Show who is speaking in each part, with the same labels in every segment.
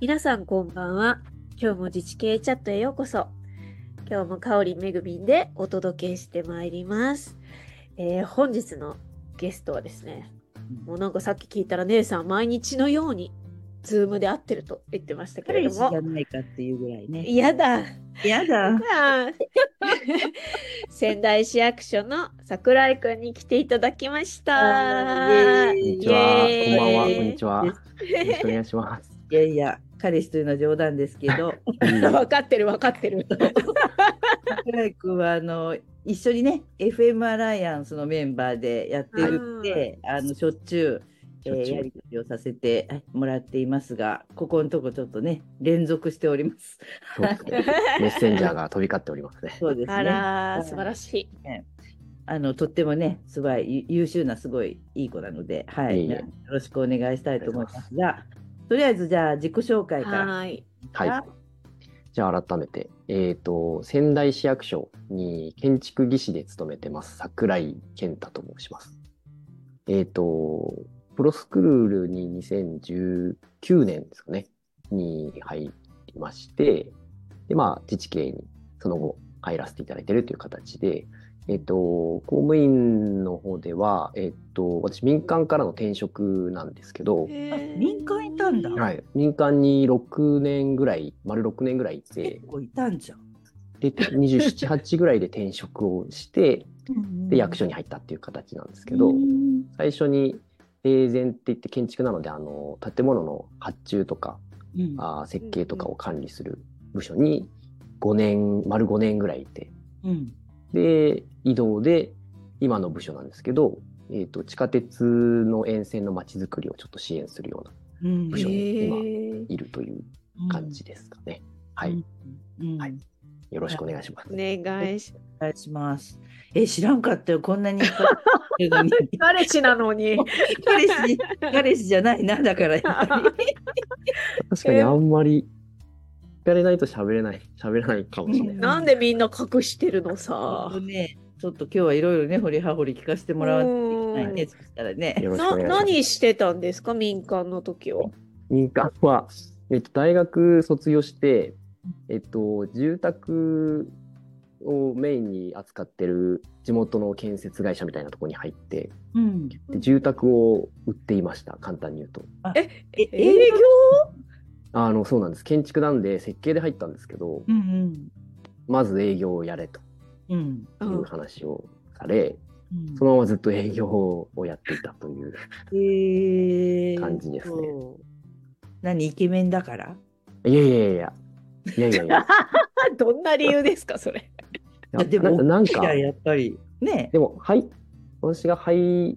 Speaker 1: 皆さんこんばんは。今日も自治系チャットへようこそ。今日もかおりんめぐみんでお届けしてまいります。えー本日のゲストはですね、もうなんかさっき聞いたら姉さん毎日のようにズームで会ってると言ってましたけれ
Speaker 2: 彼
Speaker 1: ど
Speaker 2: 氏じゃ
Speaker 1: も。
Speaker 2: ないかっていうぐらいね。
Speaker 1: 嫌 だ。
Speaker 2: やだ。
Speaker 1: あー仙台市役所の桜井くんに来ていただきまし
Speaker 2: あ
Speaker 1: た。
Speaker 2: ーイエーイ
Speaker 3: こんにちは。
Speaker 1: イ
Speaker 3: こ
Speaker 1: エー
Speaker 3: ん
Speaker 1: イ
Speaker 3: ばんは。こん
Speaker 2: イエ
Speaker 3: にちは。よろしくお願いします。
Speaker 2: いやいや、彼氏というのは冗談ですけど、
Speaker 1: 分かってる分かってる。
Speaker 2: 桜井君はあの一緒にね、FM アライアンスのメンバーでやってるので、あのしょっちゅう。え
Speaker 3: しょっ
Speaker 2: ー
Speaker 3: ちゅう
Speaker 2: やり取りをさせてはいもらっていますが、ここのとこちょっとね、連続しております。
Speaker 3: そうですねメッセンジャーが飛び交っておりますね。
Speaker 2: そうです
Speaker 1: あ
Speaker 2: ね。
Speaker 1: らー、素晴らしい。
Speaker 2: あのとってもね、すごいゆ優秀な、すごいいい子なので、はい、
Speaker 3: いえいえ
Speaker 2: よろしくお願いしたいと思いますが、とりあえずじゃあ自己紹介から。
Speaker 1: はーい。
Speaker 3: はい。じゃあ改めて、えっ、と仙台市役所に建築技師で勤めてます桜井健太と申します。えっ、とプロスクールに2019年ですかねに入りまして、でまあ自治系にその後入らせていただいているという形で。えっと、公務員の方では、えっと、私民間からの転職なんですけど、
Speaker 2: 民間いたんだ
Speaker 3: はい、民間に6年ぐらい丸6年ぐらいいて
Speaker 2: 結構いたんじゃん。
Speaker 3: で278ぐらいで転職をして で役所
Speaker 2: に
Speaker 3: に入ったっていう形なんですけど最初に平然って言って建築なのであの建物の発注とかあー設計とかを管理する部署に5年丸5年ぐらいいて
Speaker 2: うん
Speaker 3: で移動で今の部署なんですけど、えー、と地下鉄の沿線のまちづくりをちょっと支援するような
Speaker 2: うん
Speaker 3: 部署に今
Speaker 1: へー
Speaker 3: いるという感じですかね。はい、
Speaker 2: うんうん
Speaker 3: はいよろしくお願いします。
Speaker 1: お願いし
Speaker 2: お願いします。え、知らんかったよ、こんなにいっぱいいるのに。
Speaker 1: 彼氏なのに。
Speaker 2: 彼氏、彼氏じゃないな、だからやっぱり。
Speaker 3: 確かにあんまり聞かれないと喋れない喋らないかもしれない。
Speaker 1: なんでみんな隠してるの
Speaker 2: ほん
Speaker 1: さ
Speaker 2: と。ね、ちょっと今日はいろいろね、掘り葉掘り聞かせてもらわないといけないね、そしたらね。
Speaker 3: よろしく
Speaker 1: な
Speaker 3: お願いします。
Speaker 1: 何してたんですか民間の時は。
Speaker 3: 民間は、えっと、大学卒業して、えっと、住宅をメインに扱ってる地元の建設会社みたいなところに入って
Speaker 2: うん。
Speaker 3: で住宅を売っていました簡単に言うと
Speaker 2: え
Speaker 1: 営業
Speaker 3: あのそうなんです建築なんで設計で入ったんですけど
Speaker 2: うん
Speaker 3: まず営業をやれと
Speaker 2: うん。うん。
Speaker 1: う
Speaker 3: い
Speaker 1: ん
Speaker 3: う話をされ、
Speaker 2: うん
Speaker 3: そのままずっと営業をやっていたという
Speaker 2: えー
Speaker 3: 感じですね
Speaker 2: そう何、イケメンだから
Speaker 3: いやいやいやいやいやいや
Speaker 1: どんな理由ですかそれ。
Speaker 2: あでも、
Speaker 3: ななん
Speaker 2: 大
Speaker 3: か
Speaker 2: きいなやっぱり。ね。
Speaker 3: でもはい私が入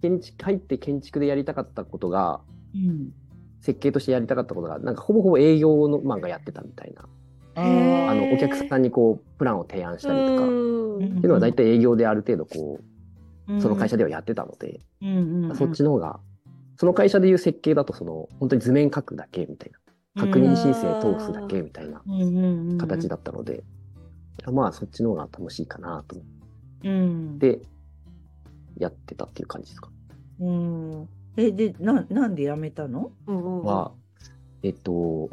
Speaker 3: 建築入って建築でやりたかったことが
Speaker 2: うん。
Speaker 3: 設計としてやりたかったことがなんかほぼほぼ営業のマンがやってたみたいな
Speaker 2: あ
Speaker 1: へー
Speaker 3: あ
Speaker 2: ー
Speaker 3: のお客さんにこうプランを提案したりとかって
Speaker 1: うん
Speaker 3: いうのは大体営業である程度こうその会社
Speaker 2: で、
Speaker 3: ではやってたので、
Speaker 2: うんうんうん
Speaker 3: そっちの方がその会社でいう設計だとその本当に図面書くだけみたいな確認申請通すだけみたいな形
Speaker 2: だ。
Speaker 3: だったので、まあそっちの方が楽しいかなと思
Speaker 2: うん
Speaker 3: っ、てやってたっていう感じですか
Speaker 2: うん、えでななんで辞めたの？
Speaker 1: うんうん
Speaker 3: は、えっと、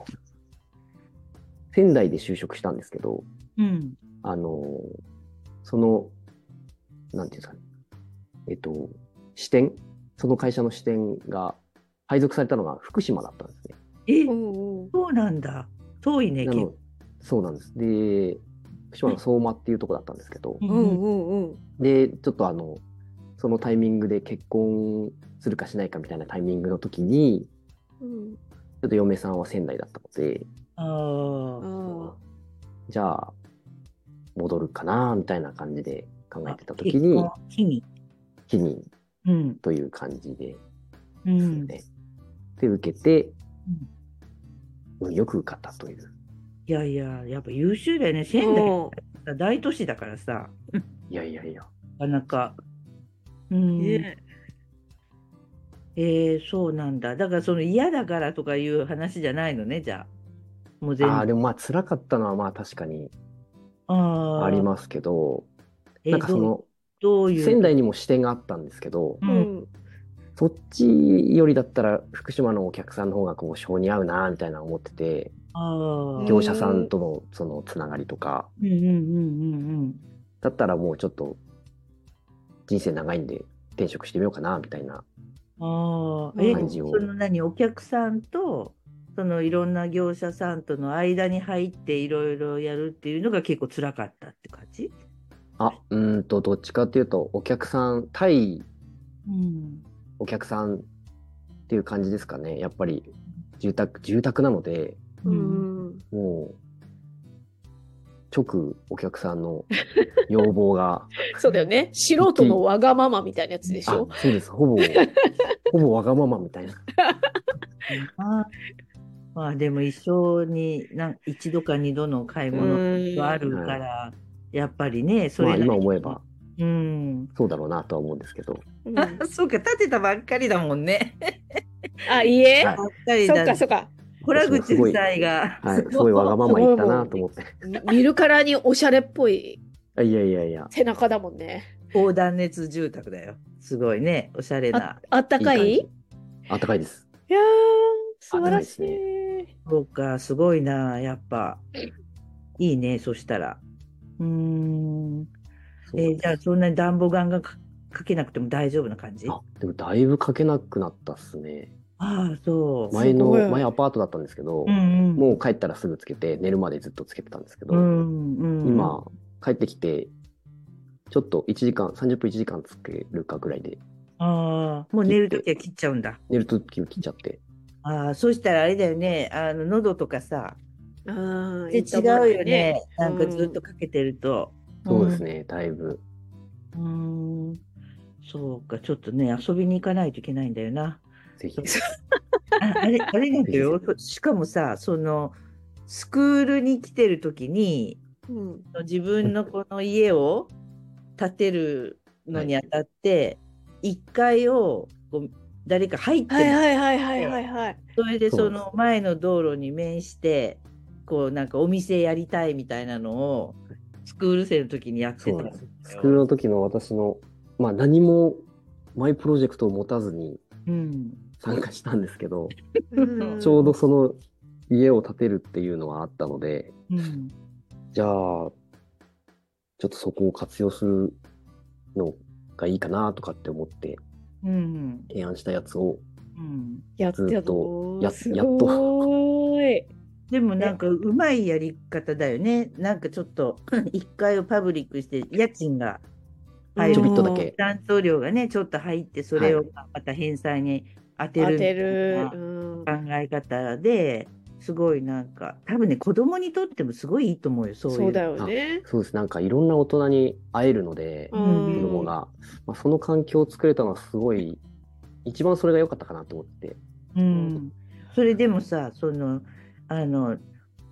Speaker 3: 仙台で就職したんですけど、
Speaker 2: うん
Speaker 3: あの、その、なんていうんですかね、えっと、支店、その会社の支店が配属されたのが福島だったんですね。
Speaker 2: え、
Speaker 1: うんうん
Speaker 2: そうなんだ。遠いね。
Speaker 3: な
Speaker 2: 結
Speaker 3: の
Speaker 2: 構
Speaker 3: そうなんです。で、福島の相馬っていうとこだったんですけど、
Speaker 1: う
Speaker 2: うん
Speaker 1: んうんうん
Speaker 3: で、ちょっとあの、そのタイミングで結婚するかしないかみたいなタイミングの時に、
Speaker 1: うん
Speaker 3: ちょっと嫁さんは仙台だったので、
Speaker 1: あ
Speaker 2: あ
Speaker 1: ー
Speaker 3: じゃあ、戻るかな、みたいな感じで考
Speaker 2: あ。
Speaker 3: えてた時に、
Speaker 2: 木に。
Speaker 3: 気に
Speaker 2: うん
Speaker 3: という感じで
Speaker 2: う
Speaker 3: です
Speaker 2: ん。
Speaker 3: ね。で、受けて、運よく受かったという。
Speaker 2: いやいややっぱ優秀だよね。仙台
Speaker 1: うん
Speaker 2: が大都市だからさ
Speaker 3: いやいやいや。
Speaker 2: なかなか。うん。
Speaker 1: ね
Speaker 2: えー、そうなんだ。だからその嫌だからとかいう話じゃないのねじゃあ。もう全
Speaker 3: ああ、でもまあ、辛かったのはまあ、確かに
Speaker 2: あ
Speaker 3: ありますけど、
Speaker 2: す
Speaker 3: なんかその、
Speaker 2: どういう
Speaker 3: 仙台にも支店があったんですけど、
Speaker 2: う
Speaker 1: うんん
Speaker 3: そっちよりだったら福島のお客さんの方がこう性に合うなみたいな思ってて
Speaker 2: あ
Speaker 1: うん
Speaker 2: あ。
Speaker 3: 業者さんとのそのつながりとか
Speaker 2: うんうんうんうんうん。
Speaker 3: だったらもうちょっと人生長いんで転職してみようかなみたいな
Speaker 2: ああ、え、
Speaker 1: 感
Speaker 3: じを
Speaker 2: その何、お客さんと、そのいろんな業者さんとの間に入っていろいろやるっていうのが結構辛かったって感じ
Speaker 3: あうーんとどっちかっていうとお客さん対
Speaker 2: うん。
Speaker 3: お客さんっていう感じですかねやっぱり住宅住宅なので
Speaker 1: う
Speaker 2: うん。
Speaker 1: ん。
Speaker 3: もう直お客さんの要望が
Speaker 1: そうだよね。素人のわがままみたいなやつでし
Speaker 3: あ
Speaker 1: ょ。
Speaker 3: そうですほぼほぼわがままみたいな
Speaker 2: ああまあでも一生になん一度か二度の買い物
Speaker 1: ん
Speaker 2: があるから、やっぱりね、それ
Speaker 3: まあ
Speaker 2: なりに
Speaker 3: 今思えば。
Speaker 2: うん。
Speaker 3: そうだろうなとは思うんですけど
Speaker 1: うん
Speaker 2: あ そうか、立てたばっかりだもんね。
Speaker 1: あ、いいえ。
Speaker 3: はい
Speaker 2: ばっかり
Speaker 1: そっ
Speaker 2: だ
Speaker 1: か。そっか。
Speaker 2: 洞口夫妻が。
Speaker 3: はいすごいわがまま言ったなと思って
Speaker 1: 見るからにおしゃれっぽい
Speaker 3: あいやいやいや
Speaker 1: 背中だもんね。
Speaker 2: 高断熱住宅だよ。すごいね、おしゃれ
Speaker 1: あ
Speaker 2: な。
Speaker 1: あったかい
Speaker 3: いい感あったかいです
Speaker 1: いやー、素晴らしい。
Speaker 2: そうか、すごいな、やっぱ。いいね、そしたら。うーん。
Speaker 3: そう
Speaker 2: えー
Speaker 3: なんです
Speaker 2: じゃあ、そんなに暖房ガンガンかかけなくても大丈夫な感じあ
Speaker 3: あでもだいぶかけなくなったっすね
Speaker 2: あ、そう。
Speaker 3: 前の
Speaker 1: すごい
Speaker 3: 前アパートだったんですけど、
Speaker 2: うんうん、
Speaker 3: もう帰ったらすぐつけて寝るまでずっとつけてたんですけど、
Speaker 2: うんうん、
Speaker 3: 今帰ってきてちょっと1時間30分1時間つけるかぐらいで
Speaker 2: ああ、もう寝るときは切っちゃうんだ。
Speaker 3: 寝るときを切っちゃって
Speaker 2: ああ、そうしたらあれだよね、あの喉とかさ、
Speaker 1: あー
Speaker 2: で
Speaker 1: いいと
Speaker 2: 違う
Speaker 1: 思
Speaker 2: よね、なんかずっとかけてると。
Speaker 3: そうですね、だいぶ
Speaker 2: うん。うんそうか、ちょっとね、遊びに行かないといけないんだよな。
Speaker 3: ぜひ
Speaker 2: ああ れ、あれなんだよ。しかもさ、その、スクールに来てる時に、
Speaker 1: うん。
Speaker 2: 自分のこの家を建てるのにあたって、一階をこう誰か入って
Speaker 1: はい
Speaker 2: ない、
Speaker 1: はいはいはいはいはい。
Speaker 2: それで
Speaker 3: そう
Speaker 2: そ
Speaker 3: なんです
Speaker 2: の前の道路に面して、こうなんかお店やりたいみたいなのを、スクール生の時にやってた
Speaker 3: そう
Speaker 2: の
Speaker 3: な
Speaker 2: よ
Speaker 3: んですスクールの時の私のまあ何もマイプロジェクトを持たずに
Speaker 2: うん。
Speaker 3: 参加したんですけど、
Speaker 1: うん
Speaker 3: ちょうどその家を建てるっていうのはあったので
Speaker 2: うん。
Speaker 3: じゃあちょっとそこを活用するのがいいかなとかって思って
Speaker 2: うん。
Speaker 3: 提案したやつを
Speaker 2: うん。
Speaker 1: やって
Speaker 3: ず
Speaker 1: た
Speaker 3: っと
Speaker 1: の
Speaker 3: や
Speaker 1: すご
Speaker 3: やっと
Speaker 1: ーい。
Speaker 2: でもなんかうまいやり方だよね。なんかちょっと 一回をパブリックして家賃が入
Speaker 3: ちょび
Speaker 2: る
Speaker 3: っとだけ
Speaker 2: 担当料がねちょっと入ってそれ
Speaker 3: は
Speaker 2: をまた返済に当て
Speaker 1: 当
Speaker 2: る
Speaker 1: てる。
Speaker 2: み
Speaker 1: うん
Speaker 2: たいな考え方ですごいなんか多分ね子供にとってもすごいいいと思うよそういう。
Speaker 1: そうだよね。
Speaker 3: そうですなんかいろんな大人に会えるので
Speaker 1: う
Speaker 2: うんん
Speaker 3: 子供が、まあ、その環境を作れたのはすごい一番それが良かったかなと思って
Speaker 2: うん。それでもさそのあの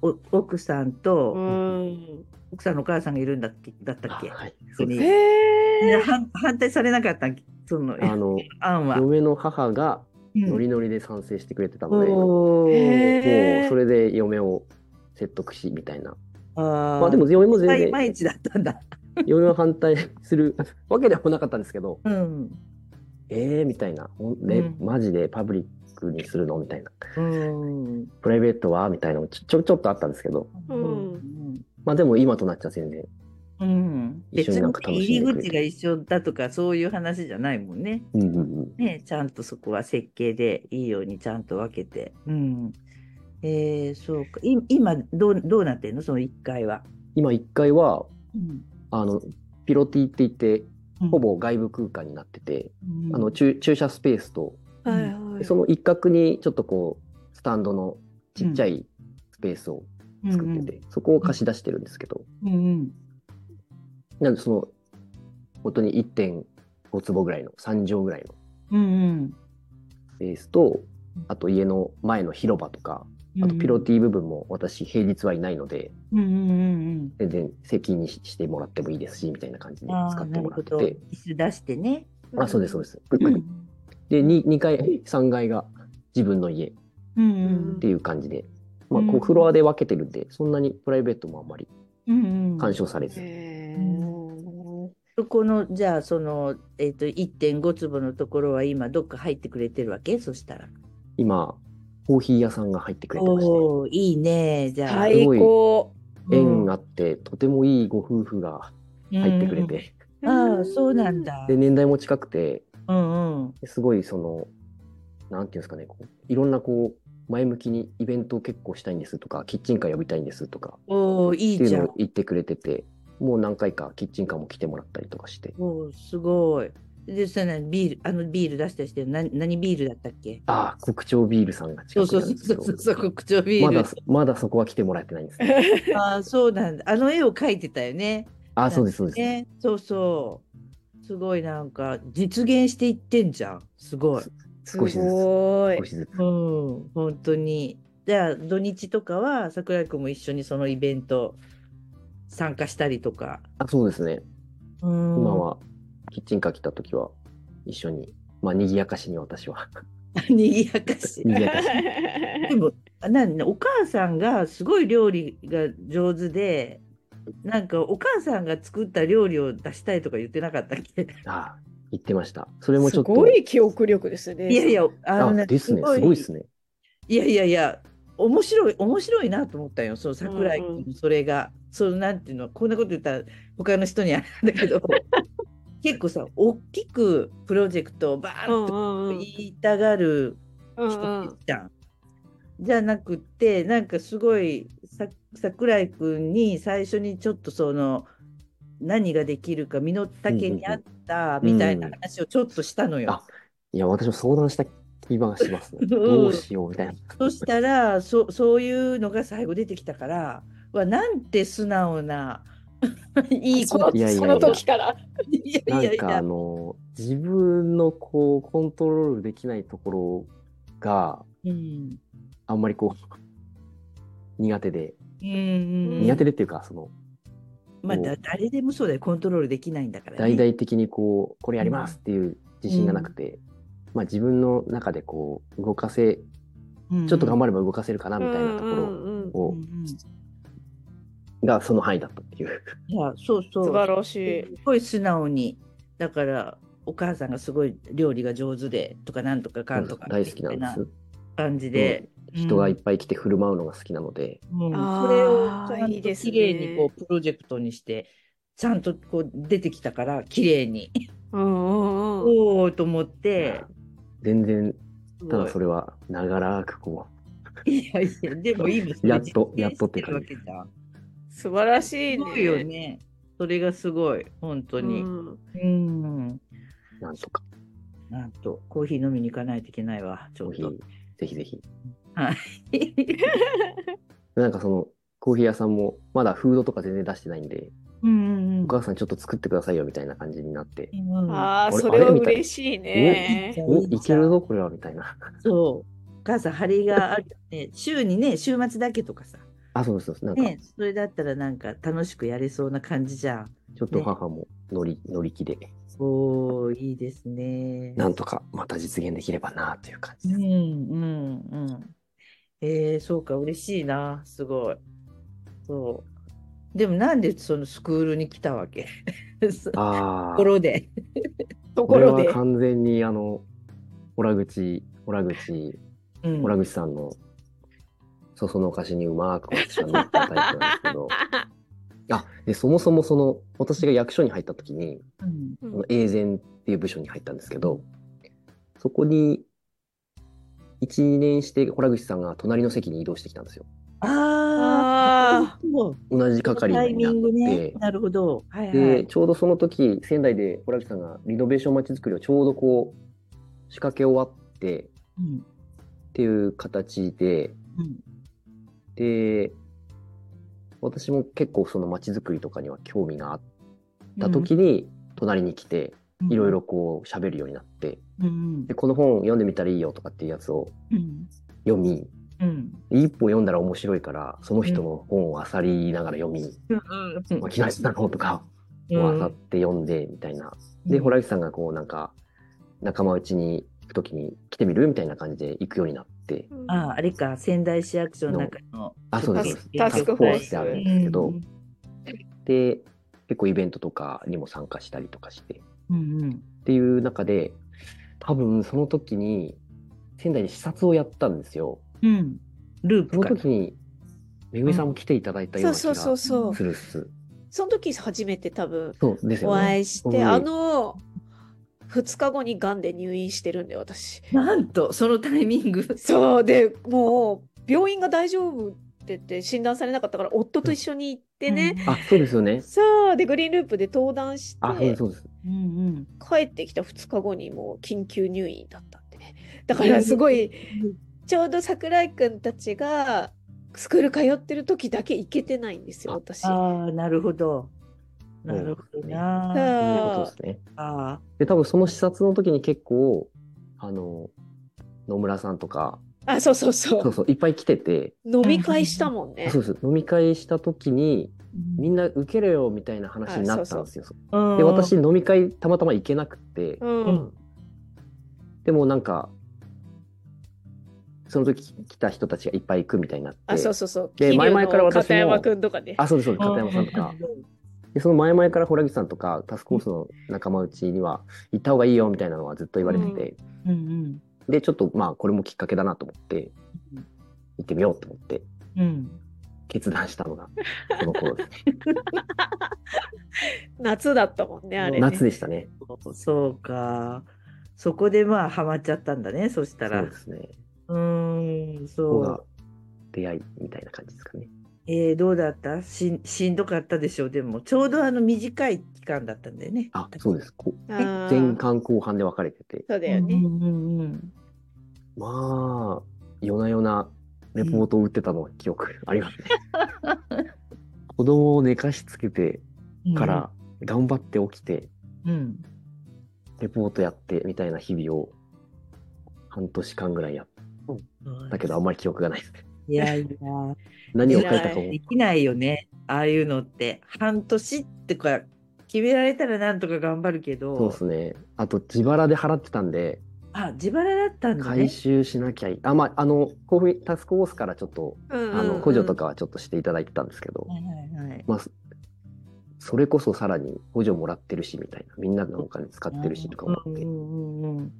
Speaker 2: お奥さんと、
Speaker 1: うん。
Speaker 2: 奥さんのお母さんがいるんだっけだったっけ。
Speaker 3: はい
Speaker 2: そうです
Speaker 1: へ
Speaker 2: いや
Speaker 1: え。
Speaker 2: 反反対されなかったその
Speaker 3: あの
Speaker 2: 案は。
Speaker 3: 嫁の母が
Speaker 2: うん
Speaker 3: ノリノリで賛成してくれてたので、もう
Speaker 2: お
Speaker 1: へ
Speaker 2: ー
Speaker 1: ー
Speaker 3: それで嫁を説得しみたいな
Speaker 2: あ
Speaker 3: ま
Speaker 2: ま
Speaker 3: あでも嫁も全
Speaker 2: 毎
Speaker 3: 然
Speaker 2: 毎日だったんだ。
Speaker 3: 嫁は反対するわけではなかったんですけど
Speaker 2: うん。
Speaker 3: えーみたいなほんで、
Speaker 2: うん
Speaker 3: マジでパブリックにするのみたいな
Speaker 2: うん。
Speaker 3: プライベートはみたいなのちょちょちょっとあったんですけど
Speaker 2: うん。
Speaker 3: まあでも今となっちゃ全然
Speaker 2: うん。
Speaker 3: 一緒
Speaker 2: 別
Speaker 3: にな
Speaker 2: に
Speaker 3: んか楽
Speaker 2: 入
Speaker 3: しん
Speaker 2: り
Speaker 3: でくれて
Speaker 2: 口が一緒だとかそういう話じゃないもんね。
Speaker 3: うんうんうん
Speaker 2: ね、ちゃんとそこは設計でいいようにちゃんと分けて。うん。えー、そうか。い今どうどうなってんのその一階は。
Speaker 3: 今1階は
Speaker 2: うん。
Speaker 3: あのピロティって言ってほ。ぼ外部空間になってて、あの駐駐車スペースと、
Speaker 1: はいはい。。
Speaker 3: その一角にちょっとこうスタンドのちっちゃいスペースを作ってて、そこを貸し出してるんですけど、
Speaker 2: うんうん。
Speaker 3: なんでその本当に1.5坪ぐらいの3畳ぐらいの
Speaker 2: うんうん。
Speaker 3: スペースとあと家の前の広場とかあとピロティ部分も私平日はいないので、
Speaker 2: うんうんうん
Speaker 3: 全然席にししてもらってもいいですしみたいな感じ
Speaker 2: う
Speaker 3: で
Speaker 2: ん。あ
Speaker 3: 使
Speaker 2: あ、
Speaker 3: って
Speaker 2: な
Speaker 3: も
Speaker 2: る
Speaker 3: ら
Speaker 2: ほ
Speaker 3: って
Speaker 2: ど。
Speaker 3: て
Speaker 2: 椅子出してね。
Speaker 3: あそうですそうですす。で 2, 2階3階が自分の家っ
Speaker 2: うん
Speaker 1: ん
Speaker 3: ていう感じで、まあ、
Speaker 2: うん
Speaker 3: こうフロアで分けてるんでそんなにプライベートもあんまり
Speaker 2: うんうん
Speaker 3: 干渉されず、
Speaker 1: へえ。
Speaker 2: そこの、じゃあ、その、えっ、と、1.5坪のところは今、どっか入ってくれてるわけそしたら。
Speaker 3: 今、コーヒー屋さんが入ってくれてまして、
Speaker 2: おおーいいね。じゃあ、
Speaker 1: 最高。
Speaker 3: 縁あって、とてもいいご夫婦が入ってくれて、
Speaker 2: うん。ああ、そうなん。だ。
Speaker 3: で、年代も近くて、
Speaker 2: うんうん。
Speaker 3: すごいその、なんていうんですかね、こういろんなこう、前向きにイベントを結構したいんですとか、キッチンカー呼びたいんですとか、
Speaker 2: おおい
Speaker 3: っ
Speaker 2: い
Speaker 3: てい
Speaker 2: じ
Speaker 3: う
Speaker 2: ゃ
Speaker 3: の
Speaker 2: ん
Speaker 3: を。言ってくれてて、もう何回かキッチンカーも来てもらったりとかして、
Speaker 2: おおすごい。で、それなにビール、あのビール出したりしてる、な何ビールだったっけ
Speaker 3: ああ、国鳥ビールさんが
Speaker 2: そ
Speaker 3: 近
Speaker 2: うそう
Speaker 3: くな
Speaker 2: そう
Speaker 3: んですよ。
Speaker 2: そうそう、国鳥ビー
Speaker 3: ま
Speaker 2: ル。
Speaker 3: だ、まだそこは来てもらえてないんですね。
Speaker 2: ああ、そうなんだ。あの絵を描いてたよね。
Speaker 3: ああ、そうです、そうです。
Speaker 2: ね、そうそう。すごいなんか、実現していってんじゃん。すごい。
Speaker 1: す
Speaker 3: 少しずつ、
Speaker 1: ごい
Speaker 3: 少。しずつ。
Speaker 2: うん、本当に。じゃあ、土日とかは、桜井君も一緒にそのイベント参加したりとか。
Speaker 3: あ、そうですね。
Speaker 2: うん、
Speaker 3: 今。は、キッチンカー来た時は、一緒に、まあ、賑やかしに私は。
Speaker 2: 賑やかし。
Speaker 3: 賑やかしに。
Speaker 2: でもあなんお母さんがすごい料理が上手でなんかお母さんが作った料理を出したいとか言ってなかったっけ
Speaker 3: ああ、言ってました。それもち
Speaker 1: す
Speaker 3: ょっと。
Speaker 1: ごい記憶力ですね。
Speaker 2: いやいやあ
Speaker 3: あ
Speaker 2: のね
Speaker 3: ですね、すごいですね。
Speaker 2: いやいやいや面白い面白いなと思ったよその桜井
Speaker 1: うんうん
Speaker 2: 君のそれが、そのなんていうのこんなこと言ったら他の人にあれなんだけ ど結構さ大きくプロジェクトをバ
Speaker 1: う
Speaker 2: ー
Speaker 1: ん
Speaker 2: ン
Speaker 1: う
Speaker 2: と
Speaker 1: んうん。
Speaker 2: 言いたがる
Speaker 1: うんうん
Speaker 2: 人じゃん。じゃなくってなんかすごいさ桜井くんに最初にちょっとその何ができるか身の丈に合った
Speaker 3: うんうんうん
Speaker 2: みたいな話をちょっとしたのよ
Speaker 3: あ。いや、私も相談した気は しますね。
Speaker 2: ん
Speaker 3: どうしようみたいな。
Speaker 2: そしたらそそういうのが最後出てきたからわなんて素直な いい
Speaker 1: そ
Speaker 2: 子
Speaker 1: の
Speaker 3: いやいやいや
Speaker 1: その時から。
Speaker 2: いや
Speaker 3: ない
Speaker 2: や
Speaker 3: ん
Speaker 2: い
Speaker 3: かあ
Speaker 2: や
Speaker 3: の自分のこうコントロールできないところが
Speaker 2: うん
Speaker 3: あんまりこう苦手で
Speaker 2: うんうん
Speaker 3: 苦手でっていうかその
Speaker 2: まあだ誰でもそうだよコントロールできないんだから、
Speaker 3: 大々的にこうこれやりますっていう自信がなくて、まあ、自分の中でこう動かせちょっと頑
Speaker 2: 張
Speaker 3: 張れば動かせるかなみたいなとこ
Speaker 1: うんうんうん
Speaker 3: ろをがその範囲だったっていう
Speaker 2: いやそうそう
Speaker 1: 素晴らしい
Speaker 2: す。ごい素直にだからお母さんがすごい料理が上手でとかなんとかかんとか
Speaker 3: 大好きなんで
Speaker 2: みたい
Speaker 3: す。
Speaker 2: 感じで、
Speaker 3: 人がいっぱい来て振る舞うのが好きなので、
Speaker 2: うん
Speaker 1: あー
Speaker 2: それをちゃん
Speaker 1: いい
Speaker 2: と
Speaker 1: ですね
Speaker 2: 綺麗にこうプロジェクトにしてちゃんとこう出てきたから綺麗に
Speaker 1: うんうんうん。
Speaker 2: おおと思って
Speaker 3: 全然
Speaker 2: すごい
Speaker 3: ただそれは長らくこう
Speaker 2: いやいやでも今それ
Speaker 3: やっと
Speaker 2: 実現
Speaker 3: やっとって
Speaker 2: してるわ
Speaker 3: 感じ
Speaker 2: けじゃん
Speaker 1: 素晴らしい
Speaker 2: す
Speaker 1: ね。
Speaker 2: ごいよねそれがすごい本当に
Speaker 1: うん
Speaker 2: うん
Speaker 3: なんとか
Speaker 2: なんとコーヒー飲みに行かないといけないわち
Speaker 3: コ
Speaker 2: ょっ
Speaker 3: ーヒ
Speaker 2: と
Speaker 3: ーぜひぜひ
Speaker 2: はい
Speaker 3: なんかそのコーヒー屋さんもまだフードとか全然出してないんで、
Speaker 2: うんうん
Speaker 3: お母さんちょっと作ってくださいよみたいな感じになって、
Speaker 2: うん
Speaker 1: ああ、
Speaker 3: これ
Speaker 1: それ
Speaker 3: あ
Speaker 1: は
Speaker 3: れみたい
Speaker 1: 嬉しいね。
Speaker 2: お
Speaker 3: おいけるぞこれはみたいな。
Speaker 2: そう。お母さん、張りがあるよね。週にね、週末だけとかさ。
Speaker 3: あ、そうですそうです。なんか
Speaker 2: ね、それだったらなんか楽しくやれそうな感じじゃん。
Speaker 3: ちょっと母も乗り、乗り気で、
Speaker 2: おー、いいですね。
Speaker 3: なんとかまた実現できればなという感
Speaker 2: う
Speaker 3: じ
Speaker 2: ん
Speaker 3: です。
Speaker 2: うんうん。えー、そうか、嬉しいな。すごい。そう。でもなんでそのスクールに来たわけ そうと
Speaker 3: ああ
Speaker 2: こ、ろで。
Speaker 1: と
Speaker 3: こ
Speaker 1: こ
Speaker 3: れ
Speaker 1: ろ
Speaker 3: は
Speaker 1: で。
Speaker 3: 完全にあの、オラ口、オラ口、
Speaker 2: うん
Speaker 3: オラ口さんの、そそのかしにうまく私は乗ったタイプなんですけ ど、あ、で、そもそもその、私が役所に入った時に、
Speaker 2: うん
Speaker 3: その永善っていう部署に入ったんですけど、そこに1年して、洞口さんが隣の席に移動してきたんですよ。
Speaker 2: あ
Speaker 1: あ
Speaker 2: ーそう
Speaker 3: 同じ係
Speaker 2: タイ
Speaker 3: に
Speaker 2: ミ
Speaker 3: なっ
Speaker 2: ングね
Speaker 3: て。、
Speaker 2: なるほど。はいは
Speaker 3: で、
Speaker 2: い。
Speaker 3: ちょうどその時、仙台で洞口さんがリノベーションまちづくりをちょうどこう、仕掛け終わって
Speaker 2: うん
Speaker 3: っていう形で、
Speaker 2: うん
Speaker 3: で、私も結構そのまちづくりとかには興味があった時に、隣に来て、
Speaker 2: うん
Speaker 3: いろいろこう喋るようになって、
Speaker 2: うん
Speaker 3: で、この本読んでみたらいいよとかっていうやつを
Speaker 2: うん
Speaker 3: 読み、
Speaker 2: うん
Speaker 3: 一歩読んだら面白いから、その人の本を漁りながら読み、
Speaker 2: うん
Speaker 3: まあ、木梨さんの本とかを漁って読んで、みたいな。で、ホラギさんがこう、なんか、仲間内に行くときに来てみるみたいな感じで行くようになって、
Speaker 2: ああ、あれか、仙台市役所の中の。
Speaker 3: あ、そうです、
Speaker 1: タ
Speaker 3: そ
Speaker 1: スタス
Speaker 3: うです。
Speaker 1: クフォース
Speaker 3: ってあるんですけど、で、結構イベントとかにも参加したりとかしてっ
Speaker 2: うんうん。
Speaker 3: ていう中で多分その時に仙台で視察をやったんですよ。
Speaker 2: うん。ルー
Speaker 3: そ
Speaker 2: プ
Speaker 3: の
Speaker 2: から。
Speaker 3: 時にめぐみさんも来ていただいたよう
Speaker 1: そう
Speaker 3: な気
Speaker 1: そう
Speaker 3: が
Speaker 1: そう
Speaker 3: す
Speaker 1: そう。
Speaker 3: るっす。
Speaker 1: その時初めて多分
Speaker 3: そうですよ
Speaker 1: お
Speaker 3: ね。
Speaker 1: 会いして、
Speaker 3: うん
Speaker 1: あの2日後にがんで入院してるんで私
Speaker 2: なんとそのタイミング。
Speaker 1: そうでもう病院が大丈夫って言って診断されなかったから夫と一緒に行ってね、
Speaker 3: あ、そうですよね。
Speaker 1: そうでグリーンループで登壇して
Speaker 3: あ、そうですそうです。
Speaker 2: うん。うん
Speaker 1: 帰ってきた2日後にもう緊急入院だったってねだからすごいちょうど桜井くんたちがスクール通ってる時だけ行けてないんですよ私。
Speaker 2: うん。ああなるほど。なるほどな。
Speaker 3: そういう
Speaker 1: そ
Speaker 3: こ
Speaker 1: う
Speaker 3: とですね。
Speaker 2: あ
Speaker 3: で、多分その視察の時に結構、あの、野村さんとか、
Speaker 1: あそうそうそ
Speaker 3: そう
Speaker 1: う
Speaker 3: そう、いっぱい来てて、
Speaker 1: 飲み会したもんね
Speaker 3: そうです。飲み会した時に、み
Speaker 2: ー
Speaker 3: んな受けるよみたいな話になったんですよ。
Speaker 2: うん。
Speaker 3: で、私、飲み会たまたま行けなくて、
Speaker 1: うん
Speaker 3: でもなんか、その時来た人たちがいっぱい行くみたいになって、
Speaker 1: あそうそうそう。
Speaker 3: で
Speaker 1: 桐生の
Speaker 3: 前々から私も
Speaker 1: 片山くんとかね。
Speaker 3: あそうです、そうです、片山さんとか。で、その前々から洞口さんとか、タスクフォースの仲間内には、行った方がいいよみたいなのはずっと言われてて、
Speaker 2: うんうん
Speaker 3: で、ちょっとまあ、これもきっかけだなと思って、行ってみようと思って、
Speaker 2: うん。
Speaker 3: 決断したのが、この頃です。
Speaker 1: 夏だったもんねあれね。
Speaker 3: 夏でしたね。
Speaker 2: そうか。そこでまあハマっちゃったんだね。そしたら。
Speaker 3: そう
Speaker 2: う
Speaker 3: ですね。
Speaker 2: ーん。
Speaker 3: ここ
Speaker 2: そう
Speaker 3: が。出会いみたいな感じですかね。
Speaker 2: えー、どうだったししんどかったでしょうでもちょうどあの短い期間だったんだよね。
Speaker 3: あ、そうです。こ
Speaker 1: あー
Speaker 3: 前半後半で分かれてて、
Speaker 1: そうだ
Speaker 2: う
Speaker 1: よ
Speaker 2: ん
Speaker 1: ね。
Speaker 2: うんうん
Speaker 3: まあ、夜な夜なレポートを打ってたのは記憶ありますね。子供を寝かしつけて
Speaker 2: うん
Speaker 3: から頑張って起きて、
Speaker 2: うん
Speaker 3: レポートやってみたいな日々を半年間ぐらいやったけど、あんまり記憶がないですね。
Speaker 2: いやいや
Speaker 3: 何を書いたかも
Speaker 2: で。きないよねああいうのって半年ってか決められたらなんとか頑張るけど
Speaker 3: そうですね。あと、自腹で払ってたんで、
Speaker 2: あ自腹だったんだ
Speaker 3: 回
Speaker 2: ね。
Speaker 3: 収しなきゃいい。あ、まあ、あの、コフィタスクフォースからちょっと、
Speaker 1: うんうん
Speaker 3: あの、補助と。かはちょっとしていただいてたんですけど、
Speaker 2: はいはいはい
Speaker 3: まあ、それこそさらに補助もらってるしみたいな、みんなのお金使ってるしとか思
Speaker 2: う
Speaker 3: っ
Speaker 2: んう
Speaker 3: て、
Speaker 2: んうんうん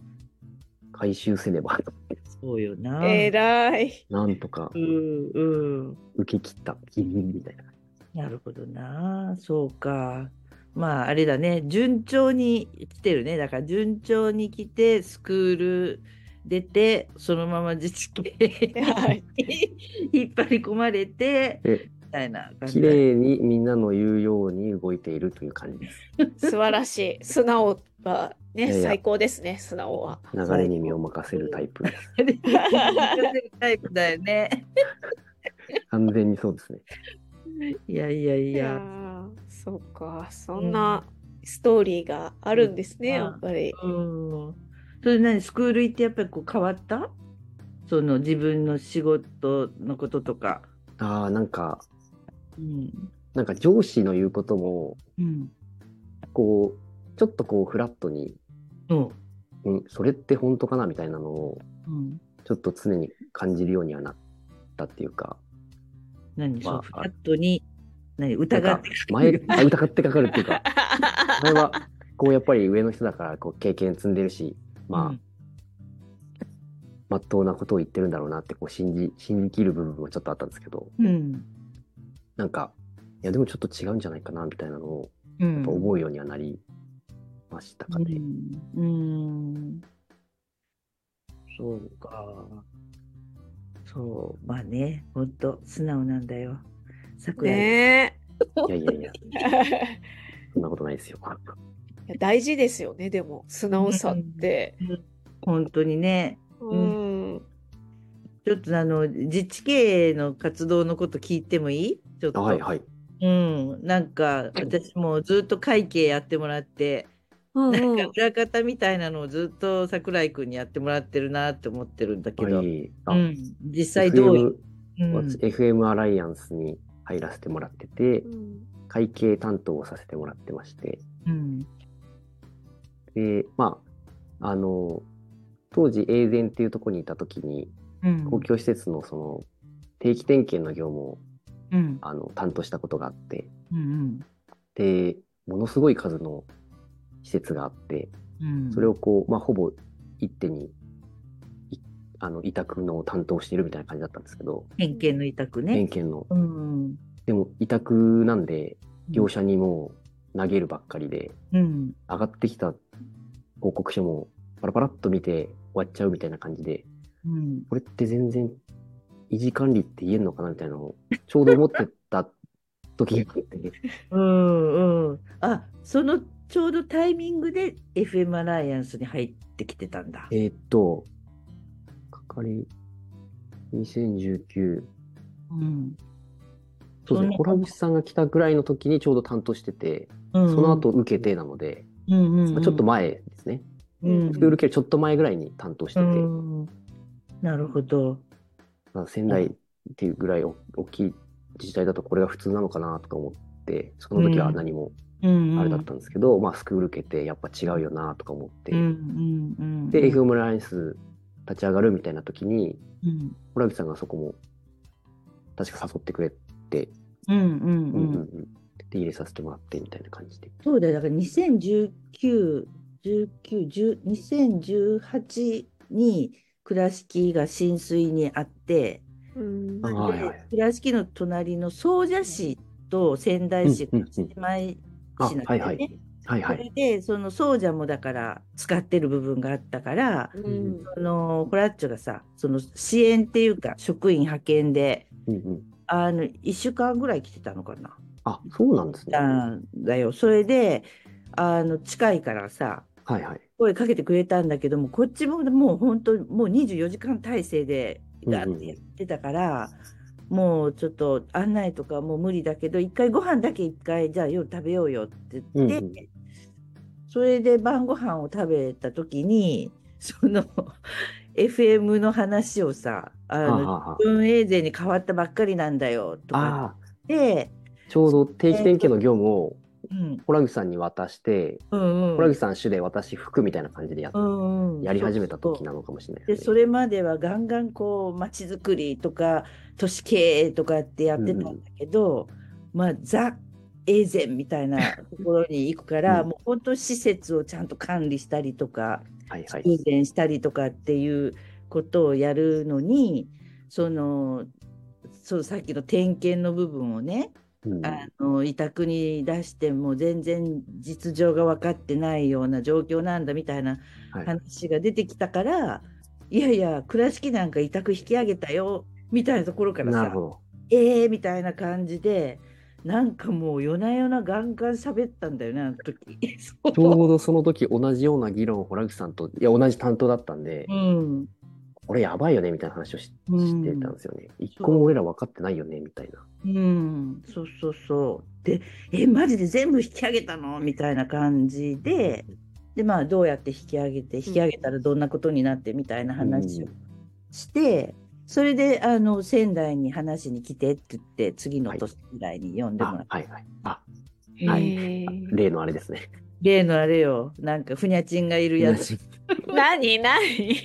Speaker 3: 回収せねばと思って、
Speaker 2: そうよな。
Speaker 1: えらい。
Speaker 3: なんとか
Speaker 2: うんうん
Speaker 3: 受け切った、ギリギリみたいな。
Speaker 2: なるほどな、そうか。まああれだね、順調に来てるね。だから順調に来て、スクール出て、そのまま自治系
Speaker 1: はい
Speaker 2: に 引っ張り込まれて、
Speaker 3: え
Speaker 2: みたいな感じ
Speaker 3: 綺
Speaker 2: だね。
Speaker 3: 麗にみんなの言うように動いているという感じです。
Speaker 1: 素晴らしい。素直はね
Speaker 3: いやいや
Speaker 1: 最高ですね素直は。
Speaker 3: 流れに身を任せるタイプです。
Speaker 2: タイプだよね。
Speaker 3: 完全にそうですね。
Speaker 2: いやいやい
Speaker 1: いや
Speaker 2: や。
Speaker 1: ーそうかそんなストーリーがあるんですね、
Speaker 2: うん
Speaker 1: やっぱり。
Speaker 2: うん。それ何スクール行ってやっぱりこう変わった？その自分の仕事のこととか。
Speaker 3: ああ、なんか、
Speaker 2: うん。
Speaker 3: なんか上司の言うことも、
Speaker 2: うん。
Speaker 3: こう、ちょっとこうフラットに、
Speaker 2: うん。
Speaker 3: うん、それって本当かなみたいなのを、
Speaker 2: うん
Speaker 3: ちょっと常に感じるようにはなったっていうか、
Speaker 2: 何そ
Speaker 3: まあ
Speaker 2: うフラットに何
Speaker 3: なん
Speaker 2: 疑っ
Speaker 3: か
Speaker 2: て
Speaker 3: 前あ疑ってかかるっていうか、前はこうやっぱり上の人だからこう経験積んでるし、まあ、まっとうなことを言ってるんだろうなってこう信じ信じきる部分もちょっとあったんですけど、
Speaker 2: うん
Speaker 3: なんかいやでもちょっと違うんじゃないかなみたいなのを
Speaker 2: う
Speaker 3: や
Speaker 2: ん
Speaker 3: っぱ思うようにはなりましたかね。
Speaker 2: うんうんそうかそうまあね本当素直なんだよ桜井、
Speaker 1: ね
Speaker 3: いやいやいや
Speaker 1: え。
Speaker 3: そんなことない ですよ。
Speaker 1: いや大事ですよねでも素直さって。
Speaker 2: 本当にね
Speaker 1: うん。
Speaker 2: ちょっとあの自治系の活動のこと聞いてもいいちょっと、
Speaker 3: はいはい。
Speaker 2: うんなんか私もずっと会計やってもらって
Speaker 1: うん
Speaker 2: なん
Speaker 1: う
Speaker 2: か
Speaker 1: ん
Speaker 2: 裏方みたいなのをずっと桜井くんにやってもらってるなって思ってるんだけど、
Speaker 3: はい、あ
Speaker 2: うん、実際どうい
Speaker 3: FM,
Speaker 2: う、うん
Speaker 3: 私 FM アライアンスに入らせてもらってて
Speaker 1: う、ん
Speaker 3: 会計担当をさせてもらってまして、
Speaker 2: うん
Speaker 3: で、まあ、あの、当時、エーゼンっていうところにいたときに、
Speaker 2: うん
Speaker 3: 公共施設のその、定期点検の業務を
Speaker 2: うん
Speaker 3: あの担当したことがあって、
Speaker 2: うん
Speaker 3: で、ものすごい数の施設があって、
Speaker 2: うん
Speaker 3: それをこう、まあ、ほぼ一手に、いあの、委託の担当してるみたいな感じだったんですけど、
Speaker 2: 偏見の委託
Speaker 3: 偏
Speaker 2: ね。
Speaker 3: 見の。
Speaker 2: うん。
Speaker 3: でも、委託なんで、業者にもう投げるばっかりで、
Speaker 2: うん。
Speaker 3: 上がってきた報告書もパラパラっと見て終わっちゃうみたいな感じで、
Speaker 2: うん。
Speaker 3: これって全然維持管理って言えるのかなみたいなのをちょうど思ってた時があって、
Speaker 2: うんうん。あ、そのちょうどタイミングで FM アライアンスに入ってきてたんだ。
Speaker 3: えーっと、かかり、2019、
Speaker 2: うん。
Speaker 3: そ
Speaker 2: そん
Speaker 3: うですね、
Speaker 2: な
Speaker 3: ホラブシさんが来たぐらいの時にちょうど担当してて、
Speaker 2: そ
Speaker 3: その後、受けてなので、
Speaker 2: うんうんうん
Speaker 3: まあ、ちょっと前ですね。
Speaker 2: うん
Speaker 3: スクール系よりちょっと前ぐらいに担当してて、
Speaker 2: うんなるほど。
Speaker 3: まあ仙台っていうぐらいお大きい自治体だとこれが普通なのかなとか思って、その時は何も
Speaker 2: うんうん
Speaker 3: あれだったんですけど、まあスクール受けてやっぱ違うよなとか思って、
Speaker 2: うんうんうん。
Speaker 3: で、FM ライアンス立ち上がるみたいな時に、
Speaker 2: うん
Speaker 3: 村木さんがそこも、確か誘ってくれて、
Speaker 2: うんう
Speaker 3: うんん
Speaker 2: う
Speaker 3: うん
Speaker 2: ん。
Speaker 3: うんで入れさせてもらってみたいな感じで。
Speaker 2: そうだよ、だから2019、19、10 2018に倉敷が浸水にあって、
Speaker 1: うん
Speaker 3: あはいはい
Speaker 2: で倉敷の隣の総社市と仙台市
Speaker 3: うん
Speaker 2: が
Speaker 3: うんうん
Speaker 2: 姉妹
Speaker 3: あ、
Speaker 2: 市なん
Speaker 3: は
Speaker 2: だ
Speaker 3: い
Speaker 2: よ
Speaker 3: はい
Speaker 2: ね。。
Speaker 3: はいは
Speaker 2: そ
Speaker 3: い。
Speaker 2: れでその総社もだから使ってる部分があったから、
Speaker 1: うん
Speaker 2: あのホラッチョがさその支援っていうか職員派遣で
Speaker 3: うんうん、
Speaker 2: あの1週間ぐらい来てたのかな。
Speaker 3: あ、そうなんですね。は
Speaker 2: なんだよそれであの近いからさ
Speaker 3: いはい。
Speaker 2: 声かけてくれたんだけどもこっちももう本当にもう24時間体制でガーってやってたから、もうちょっと案内とかもう無理だけど一回ご飯だけ一回じゃあ夜食べようよって言って、
Speaker 3: うんうん
Speaker 2: それで晩ご飯を食べた時にその FM の話をさあ
Speaker 3: はあ
Speaker 2: の
Speaker 3: は
Speaker 2: 運営税に変わったばっかりなんだよと
Speaker 3: あは
Speaker 2: か
Speaker 3: ああ
Speaker 2: で、
Speaker 3: ー、ちょうど定期点検の業務を
Speaker 2: うん、
Speaker 3: ホラグさんに渡して、
Speaker 2: うん
Speaker 3: ホ
Speaker 2: う
Speaker 3: ラグ
Speaker 2: ん
Speaker 3: さん主で私服みたいな感じでや,、
Speaker 2: うんうん
Speaker 3: やり始めた
Speaker 2: そうそう
Speaker 3: 時なのかもしれない
Speaker 2: で
Speaker 3: です
Speaker 2: そ
Speaker 3: ね。
Speaker 2: れまではガンガンこう街づくりとか都市経営とかってやってたんだけど、まあザ・エーゼンみたいな ところに行くから、
Speaker 3: うん
Speaker 2: もう本当施設をちゃんと管理したりとか
Speaker 3: はいはい。
Speaker 2: 修繕したりとかっていうことをやるのにそのそうさっきの点検の部分をね
Speaker 3: うん
Speaker 2: あの委託に出しても全然実情が分かってないような状況なんだみたいな
Speaker 3: はい
Speaker 2: 話が出てきたから、い、やいや倉敷なんか委託引き上げたよみたいなところから
Speaker 3: なる
Speaker 2: さ
Speaker 3: ほど。
Speaker 2: ええー、みたいな感じでなんかもう夜な夜なガンガン喋ったんだよねあの時。 そう
Speaker 3: ちょうどその時同じような議論をホラグさんと、いや同じ担当だったんで、
Speaker 2: うん
Speaker 3: これやばいよねみたいな話をし
Speaker 2: うん
Speaker 3: してたんですよね。一個も俺ら分かってないよねみたいな。
Speaker 2: うん、そうそうそう。で、え、マジで全部引き上げたのみたいな感じで、で、まあ、どうやって引き上げて、引き上げたらどんなことになってみたいな話をして、それで、あの、仙台に話しに来てって言って、次の年ぐらいに呼んでもらっ
Speaker 3: あ、はいはい。あ、
Speaker 1: へ
Speaker 3: はい
Speaker 1: ー
Speaker 3: 例のあれですね。
Speaker 2: 例のあれよ、なんか、ふにゃちんがいる やつ。
Speaker 1: 何何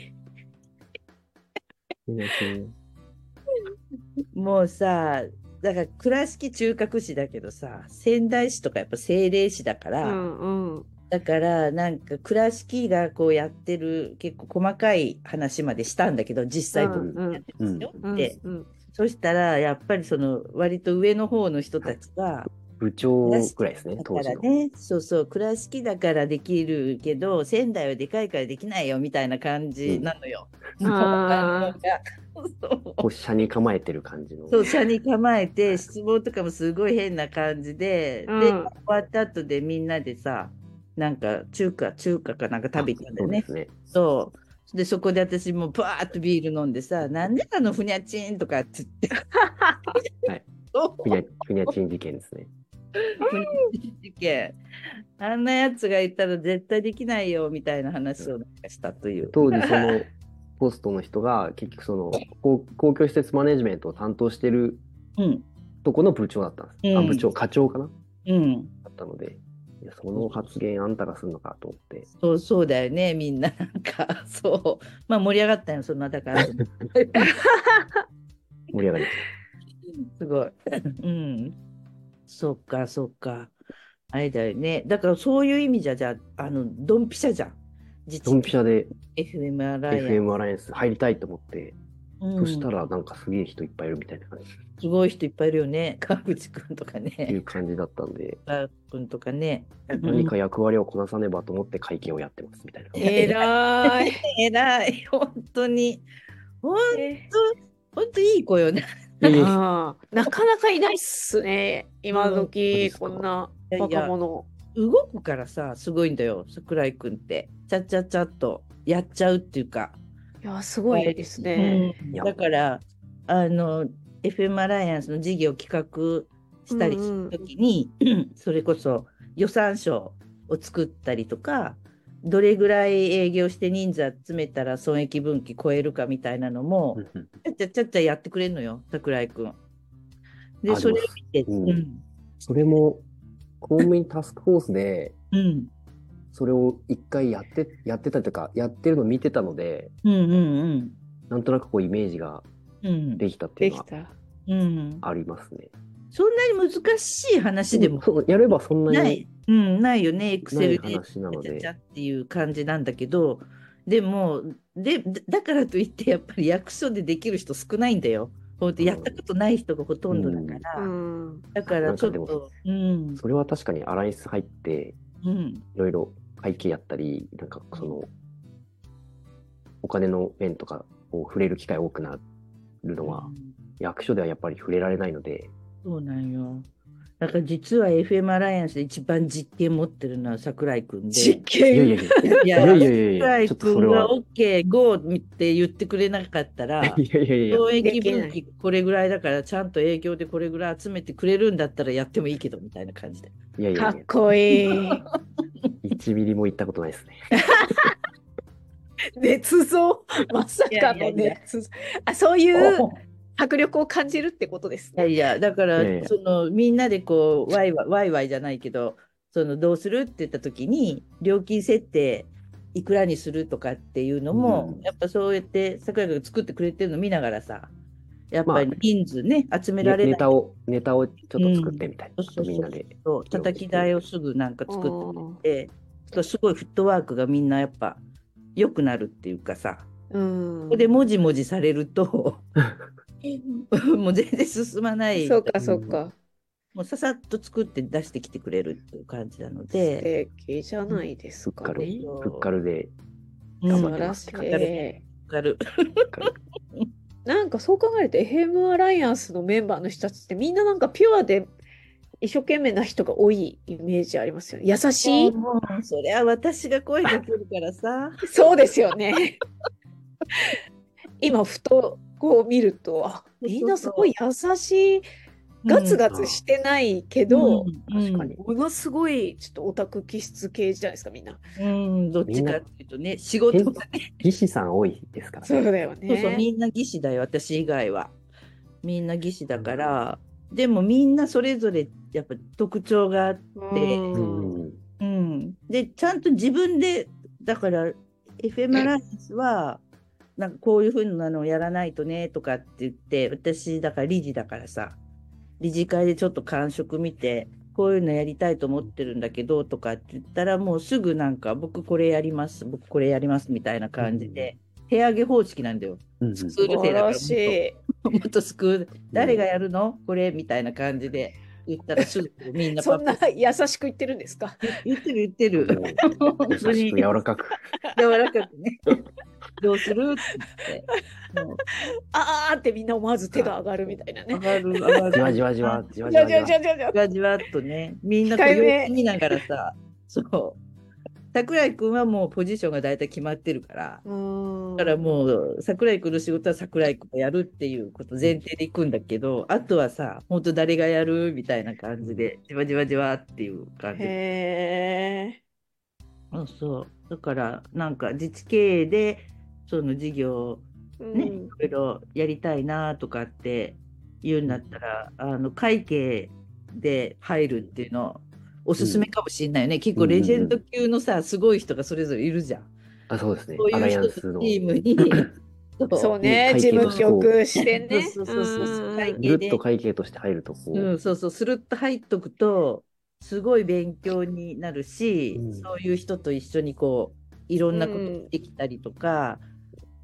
Speaker 2: もうさ、だから、倉敷中核市だけどさ、仙台市とかやっぱ政令市だから、
Speaker 1: うんうん
Speaker 2: だからなんか倉敷がこうやってる結構細かい話までしたんだけど実際
Speaker 1: う
Speaker 2: ど
Speaker 1: ん
Speaker 2: うやってますよ
Speaker 1: うん
Speaker 2: って、
Speaker 1: うん
Speaker 2: そしたらやっぱりその割と上の方の人たちが
Speaker 3: 部長ぐらいですね、
Speaker 2: だか
Speaker 3: 当時
Speaker 2: ら
Speaker 3: の。
Speaker 2: ねそうそう倉敷だからできるけど仙台はでかいからできないよみたいな感じなのよ。
Speaker 1: うん
Speaker 2: そう
Speaker 1: あ
Speaker 2: そう
Speaker 3: こう、車に構えてる感じ の。
Speaker 2: そう車に構えて質問とかもすごい変な感じで、
Speaker 1: うん
Speaker 2: で終わった後でみんなでさなんか中華中華かなんか食べ行ったんだよね
Speaker 3: そうですね。
Speaker 2: そう。で、そこで私もバーッとビール飲んでさ、なんであのふにゃちんとかって言って。
Speaker 3: はい
Speaker 2: そう。
Speaker 3: ふにゃ、ふにゃちん事件ですね。
Speaker 2: ふにゃちん事件。あんなやつがいたら絶対できないよみたいな話をなんかしたという。
Speaker 3: 当時、その、ポストの人が、結局その、公公共施設マネジメントを担当してる
Speaker 2: うん。
Speaker 3: とこの部長だったんです。あ、
Speaker 2: うん
Speaker 3: 部長、課長かな
Speaker 2: うん。
Speaker 3: だったので、いやその発言あんたがするのかと思って。
Speaker 2: そうそうだよね、みんな。なんか、 そう。まあ盛り上がったよ、そんな、だから。す
Speaker 3: 盛り上がりま し
Speaker 2: ごい。うん。そっか、そっか。あれだよね。だからそういう意味じゃ、じゃあ、あの、ドンピシャじゃん。
Speaker 3: ドンピシャで
Speaker 2: FM アライアンス
Speaker 3: FM アライアンス入りたいと思って、
Speaker 2: うん
Speaker 3: そしたらなんかすげえ人いっぱいいるみたいな感じ、
Speaker 2: すごい人いっぱいいるよね。 川口くんとか
Speaker 3: ってい
Speaker 2: ね
Speaker 3: う。感じだったんで、
Speaker 2: 川口くんとかね。
Speaker 3: 何か役割をこなさねばと思って会見をやってますみたいな。
Speaker 1: えらい。
Speaker 2: 偉い。本当に。ほん、本当いい子よね。
Speaker 3: いい
Speaker 1: あーなかなかいないっすね。今時
Speaker 3: うん
Speaker 1: こんない
Speaker 2: やいや
Speaker 1: 若者。
Speaker 2: 動くからさ、すごいんだよ。桜井くんって。ちゃっちゃっちゃっとやっちゃうっていうか。
Speaker 1: いや、すごいですね。
Speaker 2: うん
Speaker 3: いや
Speaker 2: だからあの FM アライアンスの事業を企画したりするときに、 それこそ予算書を作ったりとかどれぐらい営業して人数集めたら損益分岐超えるかみたいなのも、ちゃっちゃちゃっちゃやってくれるのよ桜井くん。で
Speaker 3: あ
Speaker 2: それを見て、
Speaker 3: でも
Speaker 2: うん
Speaker 3: それも公務員タスクフォースで
Speaker 2: うん
Speaker 3: それを一回やってやってたりとかやってるのを見てたので
Speaker 2: うんうん
Speaker 3: なんとなくこうイメージが
Speaker 2: うん
Speaker 3: できたってい
Speaker 1: で
Speaker 3: うの
Speaker 1: き
Speaker 3: は
Speaker 1: た。
Speaker 2: うん、
Speaker 3: ありますね。
Speaker 2: そんなに難しい話でも
Speaker 3: そうやればそんな
Speaker 2: な
Speaker 3: に
Speaker 2: い、うん、ないよねエク
Speaker 3: な
Speaker 2: セ
Speaker 3: い
Speaker 2: ルで
Speaker 3: 話なの
Speaker 2: ちゃちゃ
Speaker 3: で
Speaker 2: ちゃ。っていう感じなんだけどでもでだだからといってやっぱり役所でできる人少ないんだよ。ほんと
Speaker 3: うん
Speaker 2: やったことない人がほとんどだから、
Speaker 1: うん。
Speaker 2: だからちょっと、うん
Speaker 3: それは確かにアライアンス入って
Speaker 2: うん、
Speaker 3: いろいろ会計やったりなんかそのお金の面とかを触れる機会多くなるのは役所ではやっぱり触れられないので
Speaker 2: そうなんよ。だから実は FM アライアンスで一番実験持ってるのは桜井くんで。
Speaker 1: 実
Speaker 3: いやいやい
Speaker 1: 験。
Speaker 3: や
Speaker 2: い
Speaker 3: いやいやいや
Speaker 2: 桜
Speaker 3: いや
Speaker 2: 井
Speaker 3: ちょっ
Speaker 2: く
Speaker 3: とそれ
Speaker 2: ん
Speaker 3: は
Speaker 2: が OK、GO って言ってくれなかったら。
Speaker 3: いやいやいや
Speaker 2: 貿
Speaker 1: で
Speaker 2: 易
Speaker 1: きな
Speaker 2: 分
Speaker 1: い
Speaker 2: 岐これぐらいだからちゃんと営業でこれぐらい集めてくれるんだったらやってもいいけどみたいな感じで。
Speaker 3: いやいやい
Speaker 1: か
Speaker 3: や
Speaker 1: っこいい。
Speaker 3: 1ミリも行ったことないですね。
Speaker 1: 熱造。まさかの
Speaker 2: いやいやいや
Speaker 1: 熱造。あ、そう
Speaker 2: い
Speaker 1: いう迫力を感じるってことです
Speaker 2: や
Speaker 1: ね。
Speaker 2: いやだから
Speaker 3: いやいや
Speaker 2: そのみんなでこうワイワイワイワイじゃないけどそのどうするって言った時に料金設定いくらにするとかっていうのも、
Speaker 3: うん
Speaker 2: やっぱそうやって桜井が作ってくれてるの見ながらさやっぱり
Speaker 3: まあ
Speaker 2: 人数ね、集め
Speaker 3: ね
Speaker 2: られ
Speaker 3: ネ
Speaker 2: ない
Speaker 3: タをネタをちょっと作ってみたい
Speaker 2: うん
Speaker 3: な、
Speaker 2: そうそうそう
Speaker 3: みんなで。
Speaker 2: と叩き台をすぐなんか作って
Speaker 1: うん
Speaker 2: ってちょっとすごいフットワークがみんなやっぱ良くなるっていうかさ
Speaker 1: うん
Speaker 2: ここでもじもじされる ともう全然進まない
Speaker 1: そうかそうか。
Speaker 2: もうささっと作って出してきてくれるっていう感じなので、
Speaker 1: 素敵じゃないです
Speaker 3: ふっ
Speaker 1: か
Speaker 3: か
Speaker 1: ね
Speaker 3: る。
Speaker 2: ね
Speaker 3: ふっかるで。
Speaker 2: うん、
Speaker 1: 素
Speaker 3: 頑張
Speaker 1: 晴
Speaker 3: って
Speaker 1: ら
Speaker 3: ま
Speaker 1: し
Speaker 3: す
Speaker 1: い。
Speaker 2: わかる
Speaker 3: ふっかる
Speaker 1: なんかそう考えると FM アライアンスのメンバーの人たちってみんななんかピュアで一生懸命な人が多いイメージありますよね。優しい
Speaker 2: うんそりゃ私が声かけるからさ
Speaker 1: そうですよね。 今ふとこう見るとあみんなすごい優しいガツガツしてないけど、
Speaker 2: うん
Speaker 3: 確かに
Speaker 1: ものすごいちょっとオタク気質系じゃないですかみんな。
Speaker 2: うん、うんどっちかっていうとね仕事がね
Speaker 3: 技師さん多いですから
Speaker 1: そう
Speaker 3: ね。
Speaker 1: だよね。
Speaker 2: そうそうみんな技師だよ私以外はみんな技師だからでもみんなそれぞれやっぱ特徴があってで
Speaker 1: うん
Speaker 3: うん
Speaker 2: うん、でちゃんと自分でだから FM ライアンスはなんかこういうふうなのをやらないとねとかって言って私だから理事だからさ理事会でちょっと感触見てこういうのやりたいと思ってるんだけどとかって言ったらもうすぐなんか僕これやります僕これやりますみたいな感じで、手上げ方式なんだよ
Speaker 3: うん
Speaker 2: スク
Speaker 1: 素
Speaker 2: ール生
Speaker 1: 晴
Speaker 2: だからら
Speaker 1: しい。
Speaker 2: もっとすく誰がやるのこれみたいな感じで言ったらすぐみんな
Speaker 1: そ
Speaker 2: パ
Speaker 1: ん
Speaker 2: パ
Speaker 1: な優しく言ってるんですか。
Speaker 2: 言ってる言ってる。 本
Speaker 3: 優
Speaker 2: 当
Speaker 3: し
Speaker 2: に
Speaker 3: く柔らかく。
Speaker 2: 柔らかくね。 どうするって言って。も
Speaker 1: あーってみんな思わず手が上がるみたいな
Speaker 2: う上
Speaker 1: ね。
Speaker 2: がる上がる。
Speaker 3: じわじわじわ。じわ
Speaker 1: じ
Speaker 3: じ
Speaker 1: ゃじ
Speaker 3: わじ
Speaker 1: ゃ
Speaker 3: わ
Speaker 1: じ。ゃじゃじゃ
Speaker 2: じ。わじわっとね、みんなこう
Speaker 1: 控えめ
Speaker 2: 様子見ながらさ、そう。桜井くんはもうポジションが大体決まってるから、
Speaker 1: うーん
Speaker 2: だからもう桜井くんの仕事は桜井くんがやるっていうこと前提でいくんだけど、あとはさ、ほんと誰がやるみたいな感じで、じわじわじわっていう感じで
Speaker 1: へえ。
Speaker 2: うんそう。だから、なんか自治経営で、その事業をね、いろいろやりたいなとかって言うんだったら、あの会計で入るっていうのおすすめかもしれないよね、結構レジェンド級のさすごい人がそれぞれいるじゃん、
Speaker 3: あ、そうですね
Speaker 2: そう。
Speaker 3: アラ
Speaker 2: い
Speaker 3: イア
Speaker 2: う
Speaker 3: ン
Speaker 2: 人
Speaker 3: ス
Speaker 2: の
Speaker 3: の。
Speaker 2: チーム
Speaker 3: ぐ
Speaker 2: に
Speaker 1: うんそうね、
Speaker 3: ね
Speaker 1: 事務局して
Speaker 2: 会計
Speaker 1: ね。
Speaker 2: のそうそうそうそう
Speaker 1: うん
Speaker 2: 会計
Speaker 3: っと会計として入るとこう。
Speaker 2: うん、そうそうスルッと入っとくとすごい勉強になるし、
Speaker 3: うん
Speaker 2: そういう人と一緒にこういろんなこと
Speaker 1: うん
Speaker 2: できたりとか、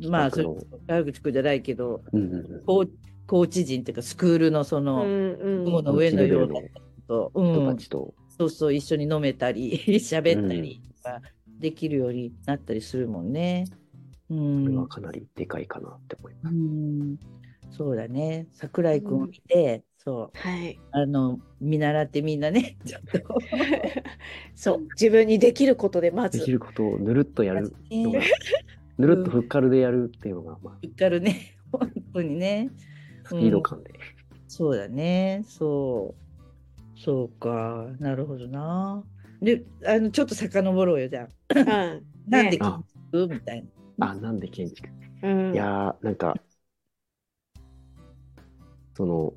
Speaker 2: まあそ
Speaker 3: 近
Speaker 2: れ
Speaker 3: くの
Speaker 2: こそ川口君じゃないけど
Speaker 3: うんうん
Speaker 2: コーコーチ陣っていうかスクールのそ
Speaker 1: う
Speaker 2: の、
Speaker 1: ん
Speaker 2: 雲
Speaker 1: うん
Speaker 2: の上のよう
Speaker 3: コーチレベル
Speaker 2: な
Speaker 3: の
Speaker 2: こと、
Speaker 3: 人
Speaker 2: う
Speaker 3: た
Speaker 2: ん、
Speaker 3: ちと、
Speaker 2: そうそう一緒に飲めたり 喋ったりとかできるようになったりするもんね。う
Speaker 3: これ
Speaker 2: ん
Speaker 3: はかなりでかいかなって思います。
Speaker 2: うん、そうだね桜井君を見て、そう
Speaker 1: はい。
Speaker 2: あの見習ってみんなね ちょっと
Speaker 1: そう、自分にできることでま
Speaker 3: で
Speaker 1: ず
Speaker 3: き。ることをぬるっとやるのが
Speaker 2: ね、
Speaker 3: ぬるっとふっかるでやるっていうのが、まあ、
Speaker 2: うっかるね 本当にね
Speaker 3: スピード感で。
Speaker 2: そうだねそうそうかなるほどな。であのちょっと遡ろうよじゃあ
Speaker 1: うん
Speaker 2: なん
Speaker 1: ね
Speaker 2: で聞くみたいな。
Speaker 3: あ、なんで建築
Speaker 1: うん
Speaker 3: いやー、なんか、その、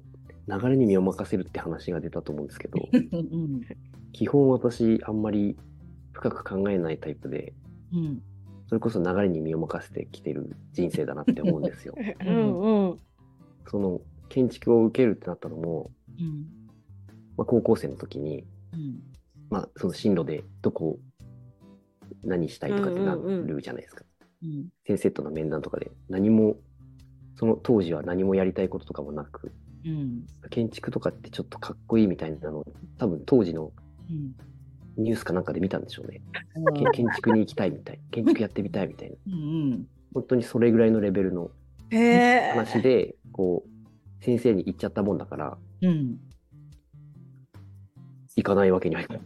Speaker 3: 流れに身を任せるって話が出たと思う んですけど、
Speaker 2: うんうん
Speaker 3: 基本私、あんまり深く考えないタイプで、
Speaker 2: うん
Speaker 3: それこそ流れに身を任せてきてる人生だなって思うん ですよ。
Speaker 1: うんうん
Speaker 3: その、建築を受けるってなったのも、
Speaker 2: うん
Speaker 3: まあ、高校生の時に、
Speaker 2: うん
Speaker 3: まあ、その進路でどこを何したいとかってな
Speaker 1: うんうんうん
Speaker 3: るじゃないですか。
Speaker 2: うん
Speaker 3: 先生との面談とかで何もその当時は何もやりたいこととかもなく
Speaker 2: うん
Speaker 3: 建築とかってちょっとかっこいいみたいなのを多分当時の
Speaker 2: うん
Speaker 3: ニュースかなんかで見たんでしょうね
Speaker 2: あ
Speaker 3: け
Speaker 2: ー
Speaker 3: 建築に行きたいみたい建築やってみたいみたいな
Speaker 2: うん
Speaker 3: 本当にそれぐらいのレベルの
Speaker 1: へえ。
Speaker 3: 話でこう先生に行っちゃったもんだから
Speaker 2: うんうん
Speaker 3: 行かないわけにはいかない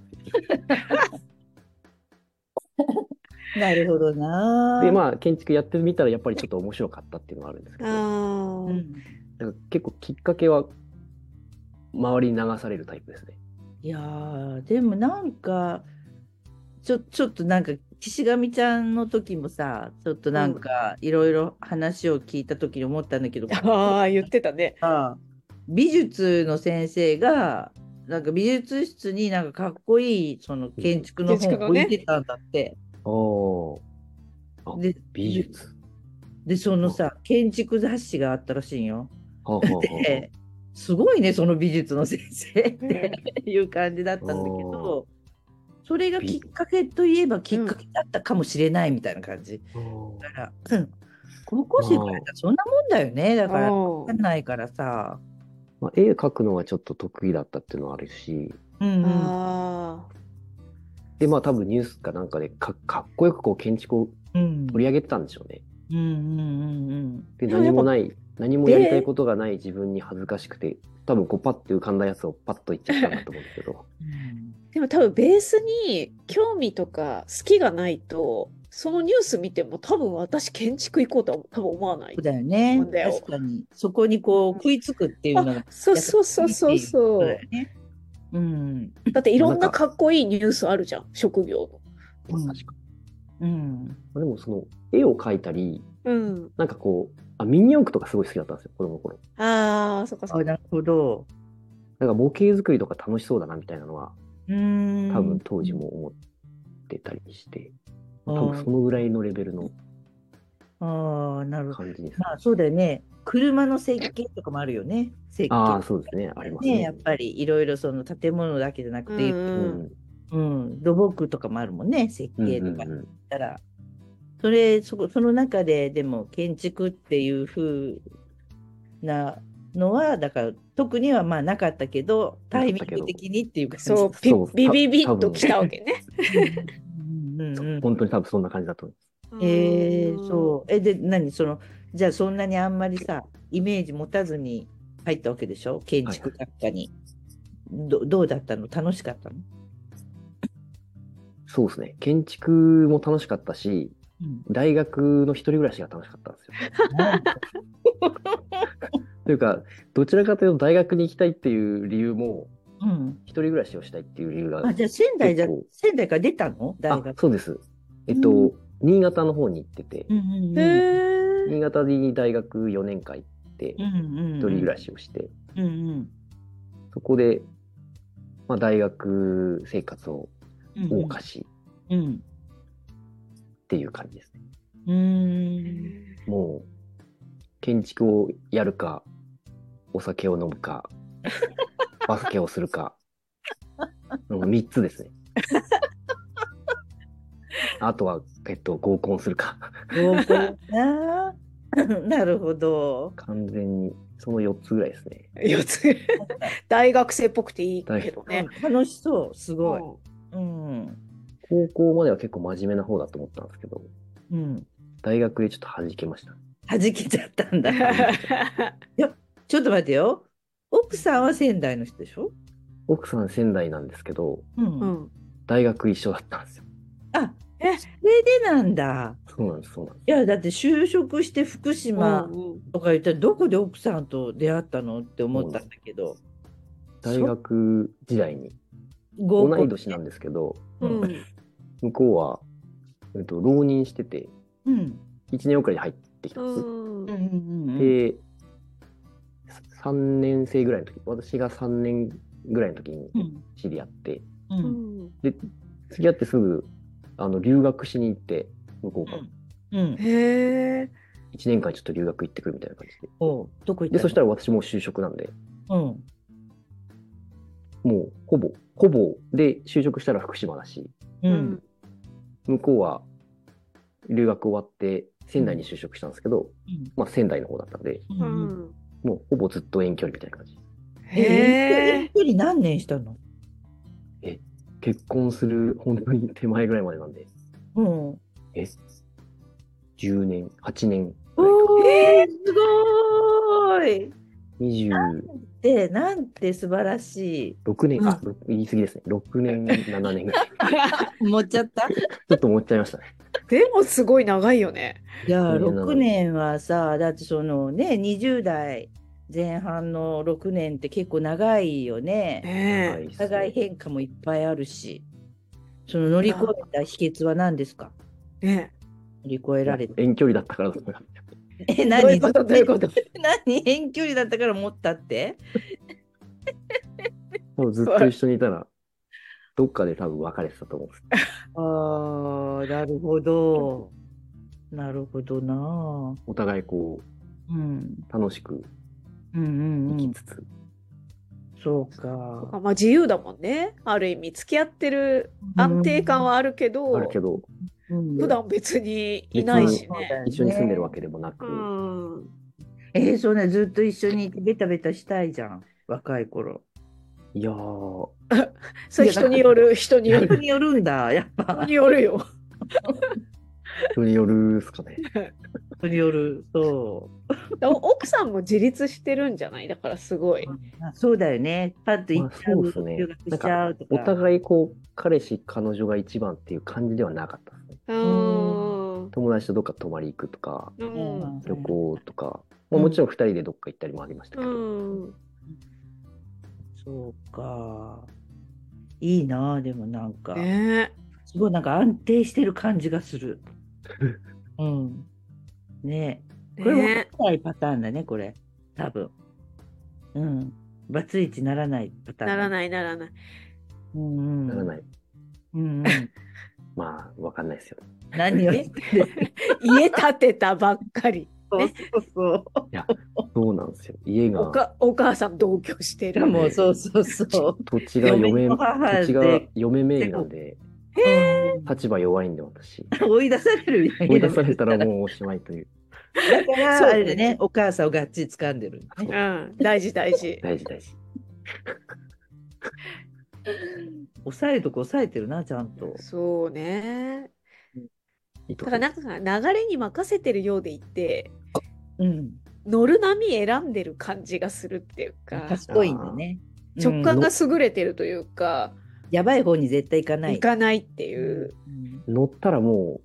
Speaker 2: なるほどなー。
Speaker 3: でまあ建築やってみたらやっぱりちょっと面白かったっていうのはあるんですけ
Speaker 1: あ
Speaker 3: ど
Speaker 1: ー
Speaker 2: うん
Speaker 3: なんか結構きっかけは周りに流されるタイプですね
Speaker 2: いやーでもなんかちょちょっとなんか岸上ちゃんの時もさちょっとなんかいろいろ話を聞いた時に思ったんだけど、
Speaker 1: あー、言ってたね。
Speaker 2: あ美術の先生がなんか美術室になんかかっこいいその建築の
Speaker 1: 建築
Speaker 2: 本を
Speaker 1: の
Speaker 2: 置
Speaker 1: ね
Speaker 2: いてたんだって。
Speaker 3: おあ
Speaker 2: で
Speaker 3: 美術
Speaker 2: でそのさ建築雑誌があったらしいんよ。
Speaker 3: はあはあはあ
Speaker 2: ですごいねその美術の先生っていう感じだったんだけどそれがきっかけといえばきっかけだったかもしれないみたいな感じ。だからうん高校生からやったらそんなもんだよね だから分
Speaker 1: うん
Speaker 2: かんないからさ。
Speaker 3: まあ、絵描くのはちょっと得意だったっていうのはあるし、
Speaker 2: うんうん
Speaker 1: あ
Speaker 3: で、まあ多分ニュースかなんかでかかっこよくこう建築を
Speaker 2: うん
Speaker 3: 取り上げてたんでしょうね。
Speaker 2: うんうんうん
Speaker 3: で、
Speaker 1: でもや
Speaker 3: 何
Speaker 1: っぱ
Speaker 3: もない、何もやりたいことがない自分に恥ずかしくて、多分こうパッて浮かんだやつをパッと言っちゃったんだと思うんですけど、
Speaker 2: うん
Speaker 1: ーでも多分ベースに興味とか好きがないとそのニュース見ても多分私建築行こうとは多分思わない
Speaker 2: そう。だよね
Speaker 1: そうだよ
Speaker 2: 確かにそこにこう食いつくっていうのが
Speaker 1: あそうそうそうそうそ
Speaker 2: そう
Speaker 1: う
Speaker 2: だよねうん
Speaker 1: だっていろんなかっこいいニュースあるじゃん職業
Speaker 3: ま
Speaker 2: うん
Speaker 3: あ確か
Speaker 2: うん
Speaker 3: まあでもその絵を描いたり、
Speaker 1: の。うん。
Speaker 3: なんかこう、あミニ四駆とかすごい好きだったんですよ、子供の頃。
Speaker 1: ああそっかそっ
Speaker 2: あ
Speaker 1: か。
Speaker 2: なるほど
Speaker 3: なんか模型作りとか楽しそうだなみたいなのは、
Speaker 2: うん
Speaker 3: 多分当時も思ってたりして、
Speaker 2: うん
Speaker 3: 多分そのぐらいのレベルの
Speaker 2: ああなるほど
Speaker 3: 感じですね。
Speaker 2: まあそうだよね車の設計とかもあるよね設計
Speaker 3: ああ、そうですね、あります
Speaker 2: ね
Speaker 3: ね。
Speaker 2: やっぱりいろいろその建物だけじゃなく
Speaker 1: うん
Speaker 2: て、うん
Speaker 1: うん。
Speaker 2: 土木とかもあるもんね設
Speaker 3: うん
Speaker 2: 計と
Speaker 3: うん
Speaker 2: か
Speaker 3: うん
Speaker 2: ったら、それそこその中ででも建築っていう風なのはだから特にはまあなかったけどタイミング的にっていうか
Speaker 1: そうピ
Speaker 3: そう
Speaker 1: ビビビ
Speaker 3: た
Speaker 1: ッと来たわけね。
Speaker 2: うんうんうん
Speaker 3: 本当に多分そんな感じだと思い
Speaker 2: えー、
Speaker 1: う
Speaker 2: そうえで何そのじゃあそんなにあんまりさイメージ持たずに入ったわけでしょ建築学科に、どどうだったの楽しかったの、
Speaker 3: ます。そうですね。建築も楽しかったし、
Speaker 2: うん、
Speaker 3: 大学の一人暮らしが楽しかった んですよ。というか、どちらかというと大学に行きたいっていう理由も、
Speaker 2: うん、
Speaker 3: 一人暮らしをしたいっていう理由が、
Speaker 2: あじゃあ仙台じゃ
Speaker 3: 結構
Speaker 2: 仙台から出たの大
Speaker 3: あ
Speaker 2: 学
Speaker 3: そうです。えっと、
Speaker 2: う
Speaker 3: 新潟の方に行ってて、
Speaker 2: うんうん
Speaker 1: ん。へ
Speaker 2: うん
Speaker 1: え。
Speaker 3: 新潟に大学4年間行って、
Speaker 2: う
Speaker 3: 一
Speaker 2: んうんうん
Speaker 3: 人暮らしをして、
Speaker 2: うんうん
Speaker 3: そこで、まあ、大学生活を
Speaker 2: うん
Speaker 3: 謳歌し
Speaker 2: うん
Speaker 3: っていう感じですね。
Speaker 2: うーん
Speaker 3: もう、建築をやるか、 お酒を飲むか、バスケをするか、 3 つですね。あとは、えっと、合コンするか。
Speaker 2: 合コンな。 なるほど。
Speaker 3: 完全に、その4つぐらいですね。
Speaker 1: 四つ大学生っぽくていいけどね。
Speaker 2: うん楽しそう。すごい。
Speaker 1: うん
Speaker 2: うん。
Speaker 3: 高校までは結構真面目な方だと思ったんですけど、
Speaker 2: うん。
Speaker 3: 大学でちょっと弾けました。
Speaker 2: 弾けちゃったんだ。 ちょっと待ってよ。奥さんは仙台の人でしょ。
Speaker 3: 奥さん仙台なんですけど、
Speaker 2: う。
Speaker 1: うんん
Speaker 3: 大学一緒だったんですよ。
Speaker 2: あ、
Speaker 1: え
Speaker 2: それでなんだ。
Speaker 3: そうなんです、そうなんです。
Speaker 2: いや、だって就職して福
Speaker 1: まあ
Speaker 2: 島とか言ったら、どこで奥さんと出会ったのって思ったんだけど。
Speaker 3: 大学時代に、
Speaker 2: 合
Speaker 3: 同い年なんですけど、
Speaker 1: う
Speaker 2: うん
Speaker 1: ん
Speaker 3: 向こうは、えっと、浪人してて、
Speaker 2: うん。
Speaker 3: 1年遅れで入ってきた
Speaker 1: うん
Speaker 3: で
Speaker 1: ん
Speaker 3: す。
Speaker 2: うんうんうんうん。
Speaker 3: で、3年生ぐらいの時、私が3年ぐらいの時に
Speaker 2: うん
Speaker 3: 知り合って、
Speaker 1: う
Speaker 2: う
Speaker 1: んん
Speaker 3: で、付き合ってすぐ、あの、留学しに行って、向こうから、
Speaker 2: うん。
Speaker 1: へえ
Speaker 3: 1年間ちょっと留学行ってくるみたいな感じで。
Speaker 2: おうどこ行った
Speaker 3: で、
Speaker 2: の
Speaker 3: そしたら私もう就職なんで、
Speaker 2: うん。
Speaker 3: もうほぼ、ほぼ、で、就職したら福島だし、
Speaker 2: う
Speaker 1: うんん。
Speaker 3: 向こうは留学終わって仙台に就職したんですけど、
Speaker 2: うん
Speaker 3: まあ仙台の方だったんで、
Speaker 1: う
Speaker 2: うんうん
Speaker 1: ん
Speaker 3: もうほぼずっと遠距離みたいな感じ。
Speaker 1: へ
Speaker 2: え
Speaker 1: え
Speaker 2: 遠距離何年したの
Speaker 3: 結婚する本当に手前ぐらいまでなんで、
Speaker 2: うん。
Speaker 3: え ?10 年、8年ぐらいか
Speaker 2: お
Speaker 1: え
Speaker 2: ーすごーい。
Speaker 3: 26
Speaker 2: で、なんて素晴らし
Speaker 3: 年、あ
Speaker 1: う、
Speaker 3: ろ言い過ぎですね。6年、7年ぐらい。ち
Speaker 2: い。持っちゃった
Speaker 3: ょっと思っちゃいましたね。
Speaker 1: でもすごい長いよね。
Speaker 2: いや
Speaker 3: そういうの
Speaker 2: 6年はさだってそのね20代前半の6年って結構長いよね
Speaker 1: ね
Speaker 2: お互い変化もいっぱいあるしその乗り越えた秘訣は何ですか
Speaker 1: えね
Speaker 2: 乗り越えられて
Speaker 3: 遠距離だったからだと思います
Speaker 2: え
Speaker 1: え。
Speaker 2: 何
Speaker 1: どういうことどういうこと
Speaker 2: 何遠距離だったから持ったって
Speaker 3: もうずっと一緒にいたら、どっかで多分別れてたと思うんです。
Speaker 2: あーなるほどなるほどな
Speaker 3: お互いこ
Speaker 2: うん
Speaker 3: う、楽しく
Speaker 2: うんうん
Speaker 3: 生
Speaker 2: うん
Speaker 3: きつつ、
Speaker 2: そうか
Speaker 1: まあ自由だもんね。ある意味付き合ってる安定感はあるけど
Speaker 3: あるけど、
Speaker 2: うん
Speaker 1: 普段別にいないし
Speaker 2: そう
Speaker 1: ね。
Speaker 2: だよね
Speaker 3: 一緒に住んでるわけでもなく、
Speaker 1: うん
Speaker 2: えー、そうね、ずっと一緒にいてベタベタしたいじゃん、若い頃。
Speaker 3: いやー、
Speaker 1: それ人による人によ
Speaker 2: 人
Speaker 1: る
Speaker 2: によるんだ、やっ
Speaker 1: 人
Speaker 2: ぱ。
Speaker 1: によるよ。
Speaker 3: 人によるっすかね。
Speaker 2: 人による。そ
Speaker 1: 奥さんも自立してるんじゃないだからすごい。
Speaker 2: う。あそうだよね。パッと行っちゃう、
Speaker 3: まあそうですね
Speaker 2: 留学しちゃうとか。
Speaker 3: お互いこう、彼氏、彼女が一番っていう感じではなかったですね。
Speaker 1: うん。
Speaker 3: 友達とどっか泊まり行くとか、
Speaker 1: う
Speaker 2: うん
Speaker 1: ん。
Speaker 3: 旅行とか、
Speaker 2: うん
Speaker 3: まあ、もちろん二人でどっか行ったりもありましたけ
Speaker 1: う
Speaker 3: ど、
Speaker 1: ん。
Speaker 2: そうか。いいなあ、でもなんか、
Speaker 1: ね
Speaker 2: すごいなんか安定してる感じがする。うん。ね
Speaker 1: え。
Speaker 2: これも
Speaker 1: ね
Speaker 2: ないパターンだね、これ。多分。うん。バツイチならないパターン。
Speaker 1: なら
Speaker 2: い。
Speaker 1: ないならない。
Speaker 2: うんうん。
Speaker 3: ならない。
Speaker 2: うんうん。
Speaker 3: まあ、わかんないですよね。
Speaker 2: 何を言ってる
Speaker 1: 家建てたばっかり。
Speaker 2: そうそうそう。
Speaker 3: そうなんですよ。家
Speaker 1: お
Speaker 3: が、
Speaker 1: かお母さん同居して
Speaker 2: で
Speaker 1: る。
Speaker 2: もそうそうそう。
Speaker 3: 土地が
Speaker 2: 嫁
Speaker 3: 嫁、
Speaker 2: の
Speaker 3: 土
Speaker 2: 母で
Speaker 3: 地が嫁名義なんで、
Speaker 2: へ
Speaker 3: 立場弱いんで私。
Speaker 2: 追い出されるみたいな。
Speaker 3: 追い出されたらもうおしまいという。
Speaker 2: だから
Speaker 1: そう
Speaker 2: あれだね、お母さんをがっちり掴んでる、
Speaker 1: う
Speaker 2: ね。
Speaker 1: ん。大事大事。
Speaker 3: 大事大事。
Speaker 2: 抑えるとこ抑えてるな、ちゃんと。
Speaker 1: そうね。
Speaker 3: いいと
Speaker 1: だ
Speaker 3: こ
Speaker 1: からなんか流れに任せてるようでいて、
Speaker 2: うん。
Speaker 1: 乗る波選んでる感じがするっていうか、
Speaker 2: 賢いんだね。
Speaker 1: 直
Speaker 2: うん
Speaker 1: 感が優れてるというか、
Speaker 2: やばい方に絶対行かない。
Speaker 1: 行かないって
Speaker 2: う
Speaker 1: いう。
Speaker 2: ん
Speaker 3: 乗ったらも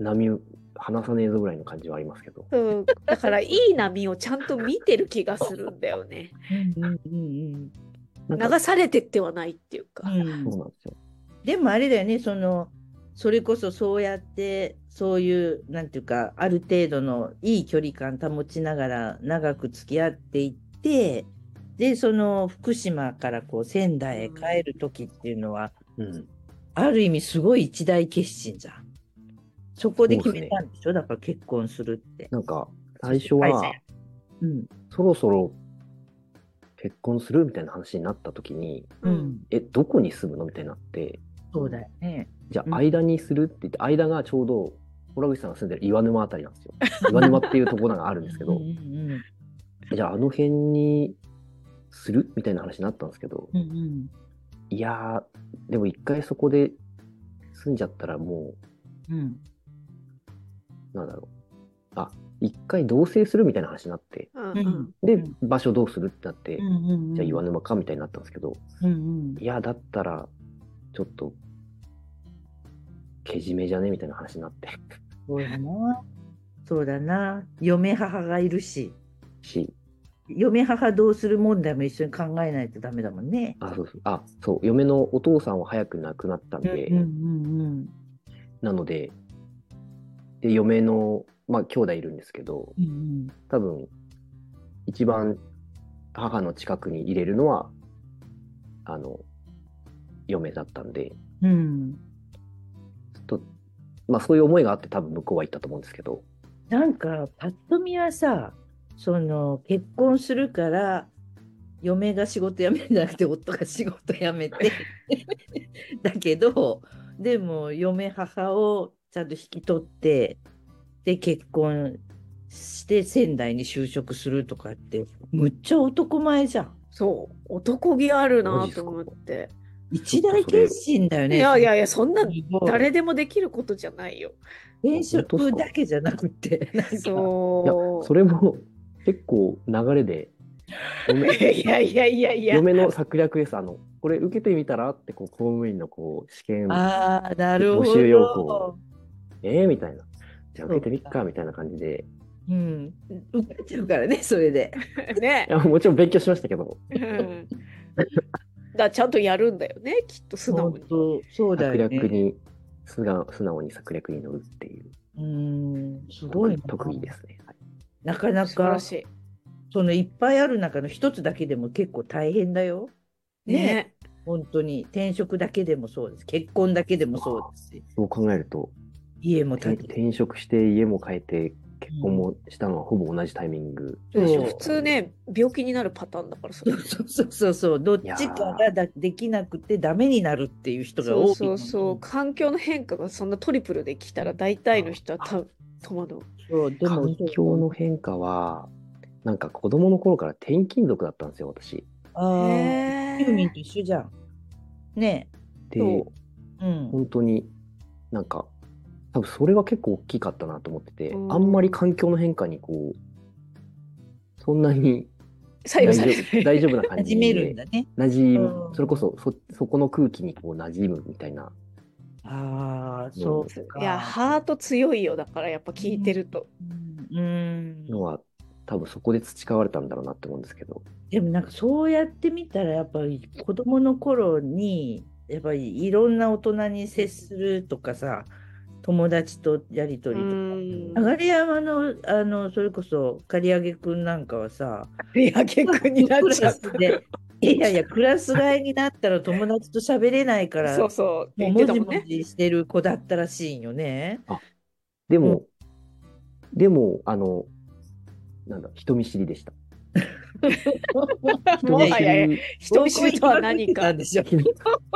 Speaker 3: う、波を離さねえぞぐらいの感じはありますけど。
Speaker 1: そうだからいい波をちゃんと見てる気がするんだよね。
Speaker 2: うんうん
Speaker 3: なんか
Speaker 1: 流されてってはないっていう
Speaker 2: う
Speaker 1: か。
Speaker 2: ん
Speaker 3: そうなんですよ。
Speaker 2: でもあれだよね、その、それこそそうやって、そういう、なんていうか、ある程度のいい距離感保ちながら、長く付き合っていって、で、その福島からこう仙台へ帰る時っていうのは、
Speaker 3: うん。
Speaker 2: ある意味すごい一大決心じゃん。そこで決めたんでしょだから結婚するって。
Speaker 3: なんか、最初は、
Speaker 2: うん。
Speaker 3: そろそろ結婚するみたいな話になった時に、
Speaker 2: う
Speaker 1: うんん。
Speaker 3: え、どこに住むのみたいになって、
Speaker 2: そうだよね。
Speaker 3: じゃ
Speaker 2: うん
Speaker 3: あ間にするって言って、間がちょうど、洞口さんが住んでる岩沼あたりなんですよ。岩沼っていうところがあるんですけ
Speaker 2: う
Speaker 3: ど
Speaker 2: ん、うん
Speaker 3: じゃああの辺にするみたいな話になったんですけど、
Speaker 2: うんうん
Speaker 3: いやー、でも一回そこで住んじゃったらも
Speaker 2: うん
Speaker 3: う、なんだろう。あ、一回同棲するみたいな話になって、
Speaker 1: うん
Speaker 2: う
Speaker 1: うんん。
Speaker 3: で
Speaker 2: うん、
Speaker 3: 場所どうするってなって、
Speaker 2: うんうんうん
Speaker 3: じゃあ岩沼かみたいになったんですけど、
Speaker 2: うんうん
Speaker 3: いや、だったら、ちょっと、けじめじゃねみたいな話になって。
Speaker 2: そうだな。そうだな。嫁母がいるし、
Speaker 3: し、
Speaker 2: 嫁母どうする問題も一緒に考えないとダメだもんね。
Speaker 3: あ、そうそう、あ、そう、嫁のお父さんは早く亡くなったん
Speaker 2: うん
Speaker 3: で、
Speaker 2: うんうん
Speaker 3: なので、で、嫁の、まあ、兄弟いるんですけど、
Speaker 2: うんうん
Speaker 3: 多分、一番母の近くに入れるのは、あの、嫁だったんで、
Speaker 2: うん。
Speaker 3: ちょっと、まあ、そういう思いがあって多分向こうは行ったと思うんですけど、
Speaker 2: なんかパッと見はさその結婚するから嫁が仕事辞めるんじゃなくて夫が仕事辞めて だけどでも嫁母をちゃんと引き取ってで結婚して仙台に就職するとかってむっちゃ男前じゃん
Speaker 1: そう。男気ある
Speaker 3: マ
Speaker 1: な
Speaker 3: ジっす
Speaker 1: と
Speaker 3: か
Speaker 1: 思って。
Speaker 2: 一大決心だよ
Speaker 1: い
Speaker 2: ね
Speaker 1: やいやいや、そんな
Speaker 2: すごい
Speaker 1: 誰でもできることじゃないよ。
Speaker 2: 転職だけじゃな くてなんか
Speaker 3: いや、
Speaker 1: そう。
Speaker 3: それも結構流 れで、嫁
Speaker 1: いやいやいやいや。
Speaker 3: 嫁の策略です。あの、これ受けてみたらって、こう、公務員のこう、試験、
Speaker 2: ああなるほ
Speaker 3: 募集要項
Speaker 2: ど。
Speaker 3: えーみたいな。じ
Speaker 2: そ
Speaker 3: ゃあ
Speaker 2: うか
Speaker 3: 受けてみっか、みたいな感じで。
Speaker 2: うん、受かっちゃうからね、それで。
Speaker 1: ね
Speaker 3: い。や、もちろん勉強しましたけど、
Speaker 1: うんだからちゃんとやるんだよね、きっと素直に。
Speaker 2: 当、そうだ
Speaker 3: 策
Speaker 2: よ
Speaker 3: 略
Speaker 2: ね。
Speaker 3: に、素が素直に策略に乗るっていう、
Speaker 2: うん、すごい
Speaker 3: 特
Speaker 2: な
Speaker 3: 特技ですね。はい
Speaker 2: なかな
Speaker 1: 素晴、
Speaker 2: から
Speaker 1: し
Speaker 2: そのいっぱいある中の一つだけでも結構大変だよ。
Speaker 1: い。
Speaker 2: ね
Speaker 1: ね。
Speaker 2: 本当に転職だけでもそうです。結婚だけでもそうですし、
Speaker 3: そう考えると、
Speaker 2: 家も
Speaker 3: 転
Speaker 2: 建てて。
Speaker 3: 転職して家も変えて、結婚もしたのはほぼ同じタイミング。
Speaker 2: そう
Speaker 1: でしょ普通ね、病気になるパターンだからそ
Speaker 2: そ
Speaker 1: れ
Speaker 2: うそうそうそうそう、どっちかがだできなくてダメになるっていう人が
Speaker 1: そ
Speaker 2: 多
Speaker 1: う
Speaker 2: い。
Speaker 1: そうそう、環境の変化がそんなトリプルで来たら大体の人はた戸惑う。
Speaker 2: そうでも
Speaker 3: 環境の変化は、なんか子供の頃から転勤族だったんですよ、私。
Speaker 2: ああ、
Speaker 1: へ
Speaker 2: ユーミン
Speaker 1: ー
Speaker 2: と一緒じゃん。ね
Speaker 3: で、
Speaker 1: そ
Speaker 2: え、うん。
Speaker 3: 本当になんか多分それは結構大きかったなと思ってて、
Speaker 1: うん
Speaker 3: あんまり環境の変化にこうそんなに
Speaker 1: 左
Speaker 3: 大
Speaker 1: 右さ
Speaker 3: 丈
Speaker 1: れて
Speaker 3: 夫
Speaker 1: る。
Speaker 3: 大丈夫な感
Speaker 2: 始
Speaker 3: じ
Speaker 2: める
Speaker 3: で
Speaker 2: んだね。
Speaker 3: 馴染
Speaker 2: うん
Speaker 3: むそれこそそそこの空気にこう馴染むみたいな
Speaker 2: ああ、そうか。
Speaker 1: いや、ハート強いよ、だからやっぱ聞いてると。
Speaker 2: うん、
Speaker 3: のは多分そこで培われたんだろうなって思うんですけど
Speaker 2: でもなんかそうやってみたらやっぱり子供の頃にやっぱりいろんな大人に接するとかさ友達とやり取りとか。
Speaker 1: 上
Speaker 2: 流山のあのそれこそ刈り上げくんなんかはさ
Speaker 1: がり上げくんになっちゃっ
Speaker 2: クラスで いやいやクラス替えになったら友達と喋れないか
Speaker 1: た。
Speaker 2: ら
Speaker 1: そうそう。って
Speaker 2: も
Speaker 1: 言
Speaker 2: う
Speaker 1: ってたも
Speaker 2: もじも
Speaker 1: んね。
Speaker 2: じしてる子だったらしいんよね。
Speaker 3: でも、でもあのなんだ人見知りでした
Speaker 1: も
Speaker 3: 人見知
Speaker 1: はや
Speaker 3: り
Speaker 1: 人見知りとは何
Speaker 2: 合コン行きまくって
Speaker 1: か
Speaker 2: たん。でし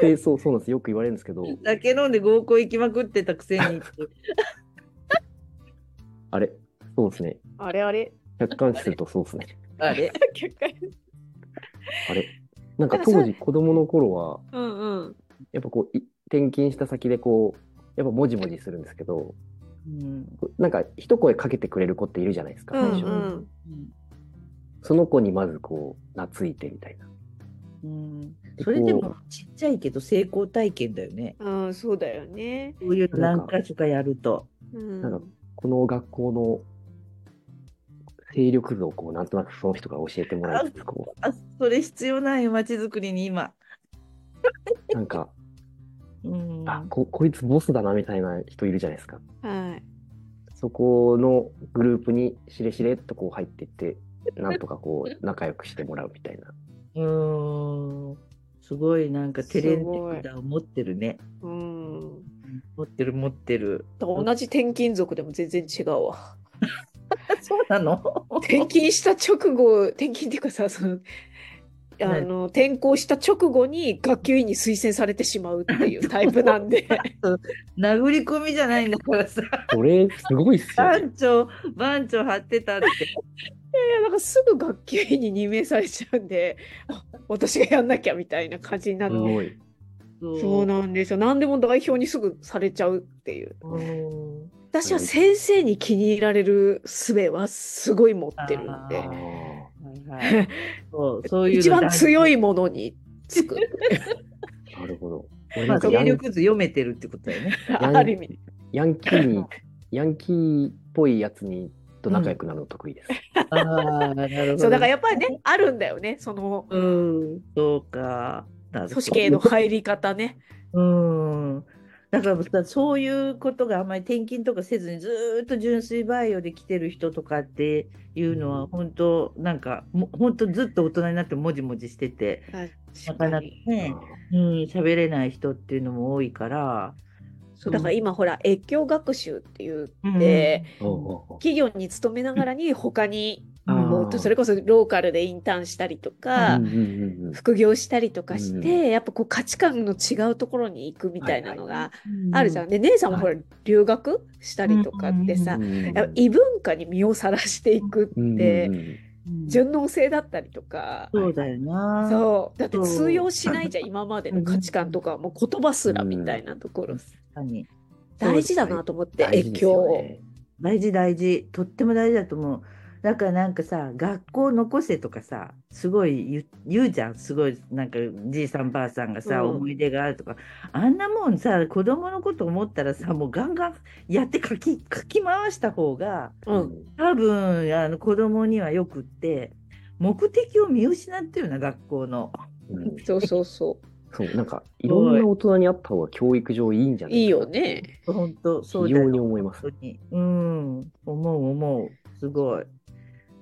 Speaker 2: ょ
Speaker 3: でそうそうなんですよく言われるんですけど
Speaker 2: 酒飲んで合コン行きまくってたくせに
Speaker 3: あれそうですね
Speaker 1: あれあ れ
Speaker 3: 客観視するとそうですね
Speaker 2: あれ
Speaker 1: 結果
Speaker 3: あれなんか当時子供の頃は
Speaker 1: うんうん。
Speaker 3: やっぱこうい転勤した先でこうやっぱもじもじするんですけど
Speaker 2: うん
Speaker 3: なんか一声かけてくれる子っているじゃないですか、
Speaker 1: う
Speaker 3: 最
Speaker 1: ん
Speaker 3: 初
Speaker 1: うん。
Speaker 3: その子にまずこう懐いてみたいな
Speaker 2: うんそれでもちっちゃいけど成功体験だよね。
Speaker 1: うん、そうだよね。
Speaker 2: そういうの何か所かやると。
Speaker 1: うん。
Speaker 3: なんかこの学校の勢力図をこうなんとなくその人が教えてもらいつつこ
Speaker 2: あそれ必要ない街づくりに今。
Speaker 3: うなんか
Speaker 2: うん
Speaker 3: あここいつボスだなみたいな人いるじゃないですか
Speaker 1: はい。
Speaker 3: そこのグループにしれしれっとこう入っていってなんとかこう仲良くしてもらうみたいな
Speaker 2: うんすごいなんかテレンテクダを持ってるね。
Speaker 1: うん。
Speaker 2: 持ってる持ってる。
Speaker 1: だから同じ転勤族でも全然違うわ。
Speaker 2: そうな の
Speaker 1: 転勤した直後転勤っていうかさそのあの転校した直後に学級委員に推薦されてしまうって いうタイプなんで
Speaker 2: 殴り込みじゃないんだから さ、
Speaker 3: これ、すごいっすよね。
Speaker 2: 番長、番長張ってたって。
Speaker 1: いやなんかすぐ学級委員に任命されちゃうんで あ私がやんなきゃみたいな感じにな
Speaker 3: す
Speaker 1: る、
Speaker 3: ごい。
Speaker 1: そうなんですよ何でも代表にすぐされちゃうっていう
Speaker 2: うん
Speaker 1: 私は先生に気に入られる術はすごい持ってるん
Speaker 2: あ
Speaker 1: で
Speaker 2: ー
Speaker 3: あ
Speaker 2: はいはい、そうそういう
Speaker 1: 一番強
Speaker 2: い、
Speaker 1: いものにつく
Speaker 3: ーなるほど。
Speaker 2: ま
Speaker 3: な
Speaker 2: あ、
Speaker 3: んか
Speaker 2: 勢
Speaker 3: ヤン
Speaker 2: 力図読めてるってことだよね。
Speaker 1: ある意味
Speaker 3: ヤンキーに、ヤンキーっぽいやつにと仲良くなるの得意です。
Speaker 2: ああ、なるほど。
Speaker 1: そうだからやっぱりねあるんだよねその
Speaker 2: うん、そうか。なるほど
Speaker 1: 組織への入り方ね。
Speaker 2: うん。だからさそういうことがあんまり転勤とかせずにずーっと純粋培養で来てる人とかっていうのは本当なんかも本当ずっと大人になってもじもじしててなかなかねうん喋れない人っていうのも多いから
Speaker 1: そうだから今ほら越境学習って言っ
Speaker 2: で
Speaker 1: て、
Speaker 3: おうおうおう
Speaker 1: 企業に勤めながらに他に
Speaker 2: あー
Speaker 1: もうそれこそローカルでインターンしたりとか、
Speaker 3: うんうんうんうん
Speaker 1: 副業したりとかして、
Speaker 3: う
Speaker 1: やっぱこう価値観の違うところに行くみたいなのがあるじゃん。
Speaker 2: ん。
Speaker 1: で姉さんも
Speaker 3: はい
Speaker 1: ほら留学したりとかってさ、
Speaker 3: うんうんうん
Speaker 1: やっぱ異文化に身をさらしていくって、
Speaker 3: うんうんうん
Speaker 1: 順応性だったりとか。
Speaker 2: そうだよな。
Speaker 1: そうだって
Speaker 2: そう
Speaker 1: 通用しないじゃん今までの価値観とかもう言葉すらみたいなところ、
Speaker 2: 確かに
Speaker 1: 大事だなと思って
Speaker 3: 大事
Speaker 1: 越
Speaker 3: ですよ
Speaker 1: 境、
Speaker 3: ね
Speaker 2: 大事大事とっても大事だと思うだからなんかさ学校残せとかさすごい言う言うじゃんすごいなんかじいさんばあさんがさ、
Speaker 1: うん
Speaker 2: 思い出があるとかあんなもんさ子供のこと思ったらさもうガンガンやって書き書き回した方が
Speaker 1: う
Speaker 3: うん
Speaker 1: ん、
Speaker 2: 多分あの子供にはよくって目的を見失ってるような学校の。
Speaker 3: うん
Speaker 1: そうそうそ
Speaker 3: そうなんかいろんな大人に会った方が教育上いいんじゃ
Speaker 1: う
Speaker 3: ない
Speaker 1: いいよね
Speaker 2: 本当そう
Speaker 3: 非
Speaker 2: だよ
Speaker 3: 常に思います
Speaker 2: 本当に。うん、思う思う。すごい。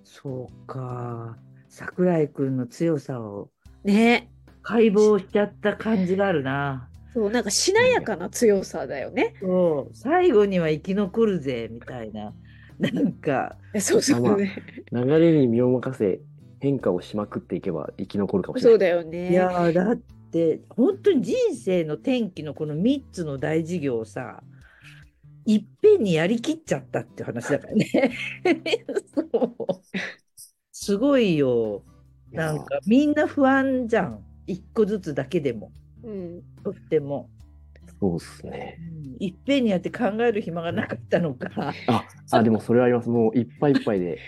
Speaker 2: そうか。桜井くんの強さを
Speaker 1: ね
Speaker 2: 解剖しちゃった感じがあるな。
Speaker 1: そうなんかしなやかな強さだよね
Speaker 2: そう、最後には生き残るぜみたいな。なんか、
Speaker 1: そうそうね、
Speaker 3: 流れに身を任せ変化をしまくっていけば生き残るかもし
Speaker 1: そ
Speaker 3: れな
Speaker 1: う
Speaker 3: い
Speaker 1: だよ
Speaker 2: いや
Speaker 1: ね
Speaker 2: ーだって本当に人生の転機のこの3つの大事業をさいっぺんにやりきっちゃったって話だからね。 そうすごいよ。
Speaker 3: いや
Speaker 2: なんかみんな不安じゃん。一個ずつだけでも、
Speaker 1: うん、
Speaker 2: とっても。
Speaker 3: そうですね
Speaker 2: いっぺんにやって考える暇がなかったのか。
Speaker 3: ああでもそれはありますもういっぱいいっぱいで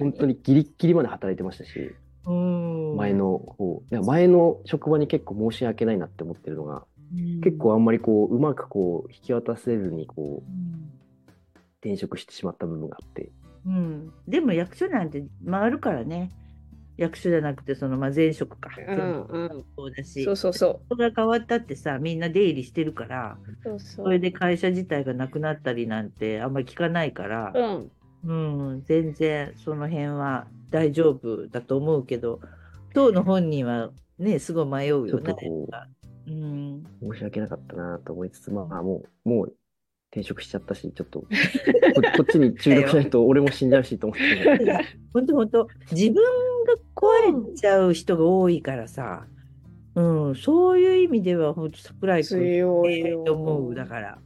Speaker 3: 本当にギリッギリまで働いてましたし
Speaker 2: うん
Speaker 3: 前の方いや前の職場に結構申し訳ないなって思ってるのが結構あんまりこううまくこう引き渡せずにこう転職してしまった部分があって
Speaker 2: うん、でも役所なんて回るからね役所じゃなくてその、まあ、前職か、
Speaker 1: うんうん
Speaker 2: そうだし
Speaker 1: そうそうそ
Speaker 2: 人が変わったってさみんな出入りしてるから
Speaker 1: うそうそ
Speaker 2: それで会社自体がなくなったりなんてあんまり聞かないから
Speaker 1: う、ん
Speaker 2: うん全然その辺は大丈夫だと思うけど当の本人はねすごい迷うよね
Speaker 3: ちょっとこ
Speaker 2: うん、
Speaker 3: 申し訳なかったなと思いつつまあもうもう転職しちゃったしちょっと ここっちに注力しないと俺も死んじゃうしと思って
Speaker 2: 本当本当自分が壊れちゃう人が多いからさ、うん、そういう意味では本当桜井君
Speaker 1: 強い
Speaker 2: 強
Speaker 1: よ
Speaker 2: いと思うだから。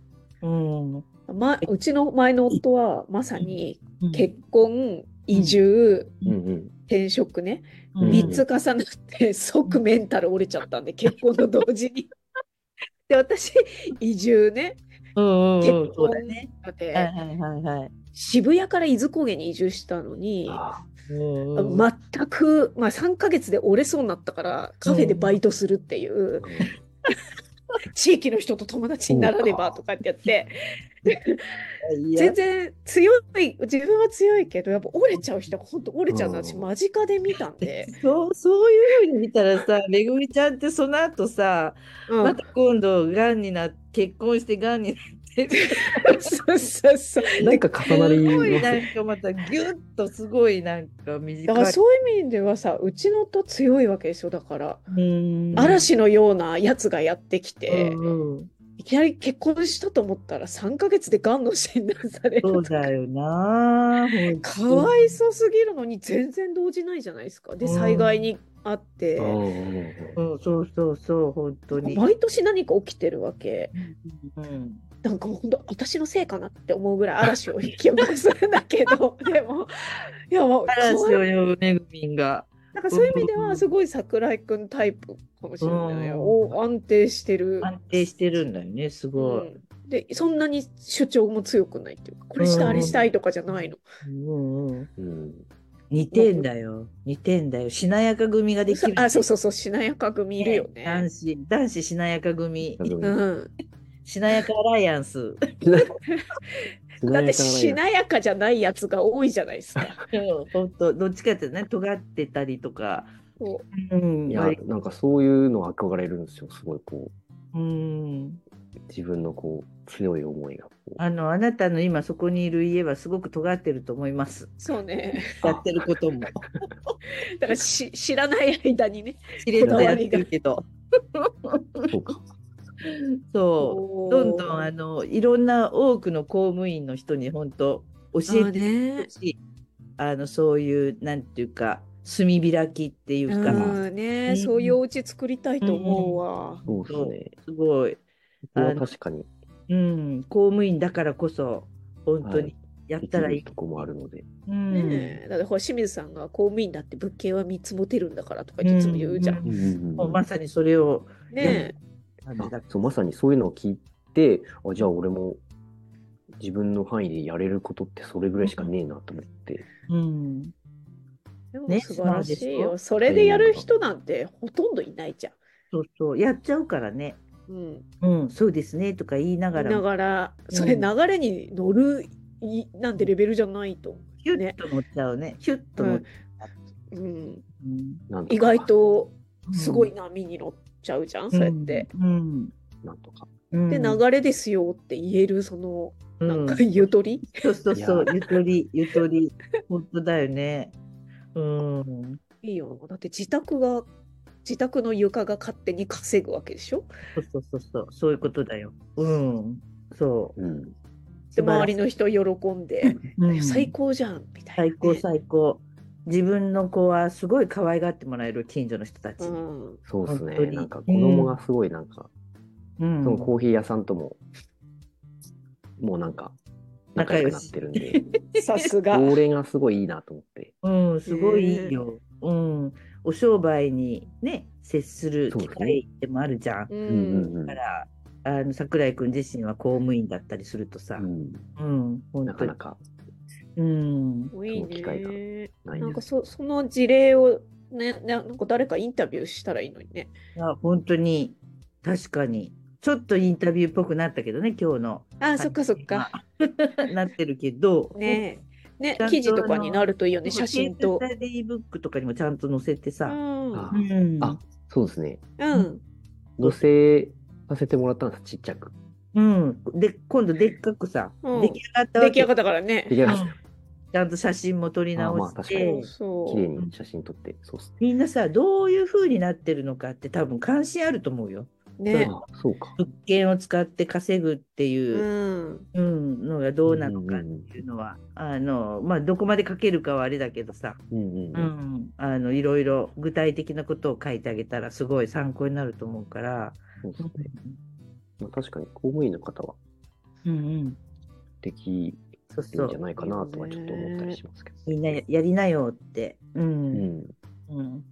Speaker 2: うん、
Speaker 1: ま、うちの前の夫はまさに結婚移住、
Speaker 3: うんうん
Speaker 1: 転職ね
Speaker 2: うん
Speaker 3: 三
Speaker 1: 3つ重なって即メンタル折れちゃったんで結婚と同時 に。で私移住ね
Speaker 2: うんうんうん
Speaker 1: 結婚
Speaker 2: そうだね。
Speaker 1: で、
Speaker 2: はいはいはいはい。
Speaker 1: 渋谷から伊豆高原に移住したのに
Speaker 3: あ
Speaker 2: うんうん
Speaker 1: 全く、まあ、3ヶ月で折れそうになったからカフェでバイトするっていう、
Speaker 3: ー
Speaker 1: 地域の人と友達にならねばとかってやって
Speaker 2: いや
Speaker 1: 全然強い自分は強いけどやっぱ折れちゃう人が本当折れちゃうの私
Speaker 3: うん
Speaker 1: 間近で見たん で、
Speaker 2: そうそういうふうに見たらさ、めぐみちゃんってその後さ、
Speaker 1: うん
Speaker 2: また今度、がんにな結婚してがんになって、
Speaker 1: そうそうそう
Speaker 3: なんか重なり
Speaker 2: す
Speaker 3: ま
Speaker 2: ごい
Speaker 3: す
Speaker 2: なん
Speaker 3: ね
Speaker 2: かまたギュッとすごいなんか
Speaker 1: だから
Speaker 2: 短い。
Speaker 1: そういう意味ではさうちのと強いわけですよだから。
Speaker 2: うん
Speaker 1: 嵐のようなやつがやってきて、
Speaker 2: うん
Speaker 1: いきなり結婚したと思ったら3ヶ月でがんの診断される
Speaker 2: そう
Speaker 1: とか
Speaker 2: だよな。
Speaker 1: かわいそうすぎるのに全然動じないじゃないですか。で
Speaker 2: うん
Speaker 1: 災害にあって
Speaker 3: うんうんうん
Speaker 2: うん、そうそうそう、本当に。
Speaker 1: 毎年何か起きてるわけ。
Speaker 2: うん、
Speaker 1: なんかもう本当私のせいかなって思うぐらい嵐を引き起こすんだけ どでもいやもう
Speaker 2: 嵐を
Speaker 1: かわい
Speaker 2: 呼ぶめぐみんが。
Speaker 1: いなんかそういう意味ではすごい桜井くんタイプかもしれないよ。お安定してる。
Speaker 2: 安定してるんだよね、すごい。
Speaker 1: うんでそんなに主張も強くないっていうかこれした
Speaker 2: うん
Speaker 1: あれしたいとかじゃないの。
Speaker 2: うんうん、
Speaker 3: うん
Speaker 2: 似てんだよ。似てんだよ。しなやか組ができ
Speaker 1: そ
Speaker 2: る。
Speaker 1: あそうそうそうしなやか組いるよね
Speaker 2: 男。子、男子しなやか組。
Speaker 1: うん、
Speaker 2: しなやかアライアンス。
Speaker 1: だってしなやかじゃないやつが多いじゃないです か。
Speaker 2: 本当、どっちかっていうとね、尖ってたりとか。
Speaker 1: こ
Speaker 2: うん、
Speaker 3: いや
Speaker 2: 割と
Speaker 3: なんかそういうの憧れるんですよすごいこ
Speaker 2: うん。
Speaker 3: う自分のこう強い思いがこう
Speaker 2: あの、あなたの今そこにいる家はすごく尖ってると思います。
Speaker 1: うそうね。
Speaker 2: やってること も。
Speaker 1: だからし知らない間にね。
Speaker 2: しれっとやってるけど。
Speaker 3: そうか
Speaker 2: そう。どんどん、あの、いろんな多くの公務員の人に本当教えて
Speaker 1: ね
Speaker 2: ほ。しい。あの、そういう、なんていうか、炭開きっていうか、
Speaker 1: うんね、
Speaker 2: うん
Speaker 1: そういうお家作りたいと思うわ。
Speaker 3: そうですね
Speaker 2: すごい。
Speaker 3: これは確かに
Speaker 2: うん、公務員だからこそ、本当
Speaker 3: は
Speaker 2: に
Speaker 3: い
Speaker 2: やっ
Speaker 3: でき
Speaker 2: たらい
Speaker 3: る
Speaker 2: い。
Speaker 3: とこもあるので
Speaker 2: うん
Speaker 1: ねえだってほら清水さんが公務員だって物件は3つ持てるんだからとかいつも言うじゃん。
Speaker 2: うん
Speaker 1: ね
Speaker 2: うんもうま
Speaker 3: あ
Speaker 2: さにそれを、
Speaker 1: え
Speaker 2: あのだ
Speaker 3: そうまさにそういうのを聞いてあじゃあ俺も自分の範囲でやれることってそれぐらいしかねえなと思って
Speaker 2: うん、
Speaker 1: でも
Speaker 2: ね
Speaker 1: 素晴らしい
Speaker 2: そう
Speaker 1: よ、
Speaker 2: で
Speaker 1: それでやる人なんてほとんどいないじゃん。
Speaker 2: そうそう、やっちゃうからね。
Speaker 1: うん、
Speaker 2: うん、そうですねとか言いなが
Speaker 1: だ
Speaker 2: ら、
Speaker 1: から
Speaker 2: うん
Speaker 1: それ流れに乗るいなんてレベルじゃないと思
Speaker 2: ヒュッと乗っちゃうね。ヒュッと乗っちゃ
Speaker 1: う、うん、
Speaker 2: う。うん
Speaker 3: なんと
Speaker 1: 意
Speaker 3: か
Speaker 1: 外とすごい波に乗っちゃうじゃん、そうやって。。
Speaker 2: うん。
Speaker 3: なんとか
Speaker 2: うん
Speaker 1: で流れですよって言えるその
Speaker 2: う
Speaker 1: なん
Speaker 2: ん
Speaker 1: かゆとり、
Speaker 2: そうそう
Speaker 3: いや
Speaker 2: そう、ゆとり、ゆとり、本当だよね。うん。
Speaker 1: いいよだって自宅が自宅の床が勝手に稼ぐわけでしょ
Speaker 2: そうそうそうそう、そういうことだよ。うん。そう。
Speaker 3: うん
Speaker 1: で
Speaker 2: 素晴らしい
Speaker 1: 周りの人喜んで、
Speaker 2: うん
Speaker 1: 最高じゃんみたいなね、
Speaker 2: 最高最高。自分の子はすごい可愛がってもらえる近所の人たち。
Speaker 1: うん
Speaker 3: そうです
Speaker 2: 本当
Speaker 3: ね
Speaker 2: に
Speaker 3: なんか子供がすごいなんか
Speaker 2: うん
Speaker 3: そのコーヒー屋さんとも、もうなんか、
Speaker 2: 仲
Speaker 3: 仲
Speaker 2: 良
Speaker 3: 良
Speaker 2: し
Speaker 3: くなってるんで、
Speaker 1: さすが
Speaker 3: それがすごいいいなと思って。
Speaker 2: うん、すごいいいよ。うん。お商売にね、接する機会でもあるじゃん。
Speaker 1: う
Speaker 3: うん
Speaker 1: ん
Speaker 3: うん
Speaker 2: だから、あの桜井君自身は公務員だったりするとさ、
Speaker 3: うん、
Speaker 2: うん、本
Speaker 3: な
Speaker 2: 当
Speaker 3: か
Speaker 2: に
Speaker 3: な。か
Speaker 2: うん、
Speaker 1: もういい
Speaker 3: その機会が
Speaker 1: ね
Speaker 3: ない
Speaker 1: なん
Speaker 3: で
Speaker 1: か
Speaker 3: す。
Speaker 1: そその事例をねななんか誰かインタビューしたらいいのにね
Speaker 2: いや本当に、確かに。ちょっとインタビューっぽくなったけどね、今日の。
Speaker 1: あーそっかそっか
Speaker 2: まあ。 なってるけど、
Speaker 1: ねえね
Speaker 2: ちゃんと
Speaker 1: 記事とかになるといいよ
Speaker 2: で
Speaker 1: ね
Speaker 2: も
Speaker 1: 写真と
Speaker 2: 携帯デイブックとかにもちゃんと載せて
Speaker 1: う
Speaker 2: さ。
Speaker 1: ん
Speaker 3: あ
Speaker 2: うん
Speaker 3: あそうですね。
Speaker 1: うん
Speaker 3: 乗せさせてもらったんです、ちっちゃく。
Speaker 2: うん、で、今度でっかくさ、
Speaker 1: うん
Speaker 2: 出来上がったわ
Speaker 1: 出来
Speaker 2: け
Speaker 1: 上がったからね
Speaker 3: できな
Speaker 2: う
Speaker 3: かっ
Speaker 2: んちゃんと写真も撮り
Speaker 3: あま
Speaker 2: 直
Speaker 3: あ
Speaker 2: し
Speaker 3: 確
Speaker 2: て
Speaker 3: か。
Speaker 1: そう
Speaker 3: た。
Speaker 1: そ
Speaker 3: 綺麗
Speaker 1: う
Speaker 3: に写真撮って、そうですね。
Speaker 2: みんなさどういう風になってるのかって多分関心あると思うよ。
Speaker 1: ね
Speaker 3: あそうか。
Speaker 2: 物件を使って稼ぐって
Speaker 1: う
Speaker 2: いう、
Speaker 1: ん
Speaker 2: うんのがどうなのかっていうのは、あのまあどこまで書けるかはあれだけどさ、
Speaker 3: うんうん
Speaker 2: う
Speaker 3: うん。
Speaker 2: ん、あのいろいろ具体的なことを書いてあげたらすごい参考になると思うから。
Speaker 3: そうですね。まあ、確かに公務員の方は
Speaker 2: うんうん、
Speaker 3: でき
Speaker 2: そう
Speaker 3: る
Speaker 2: そ
Speaker 3: んじゃ
Speaker 2: う
Speaker 3: ないかなとはちょっと思ったりしますけど。
Speaker 2: みんなややりなよって。う
Speaker 3: うんん。
Speaker 2: うん、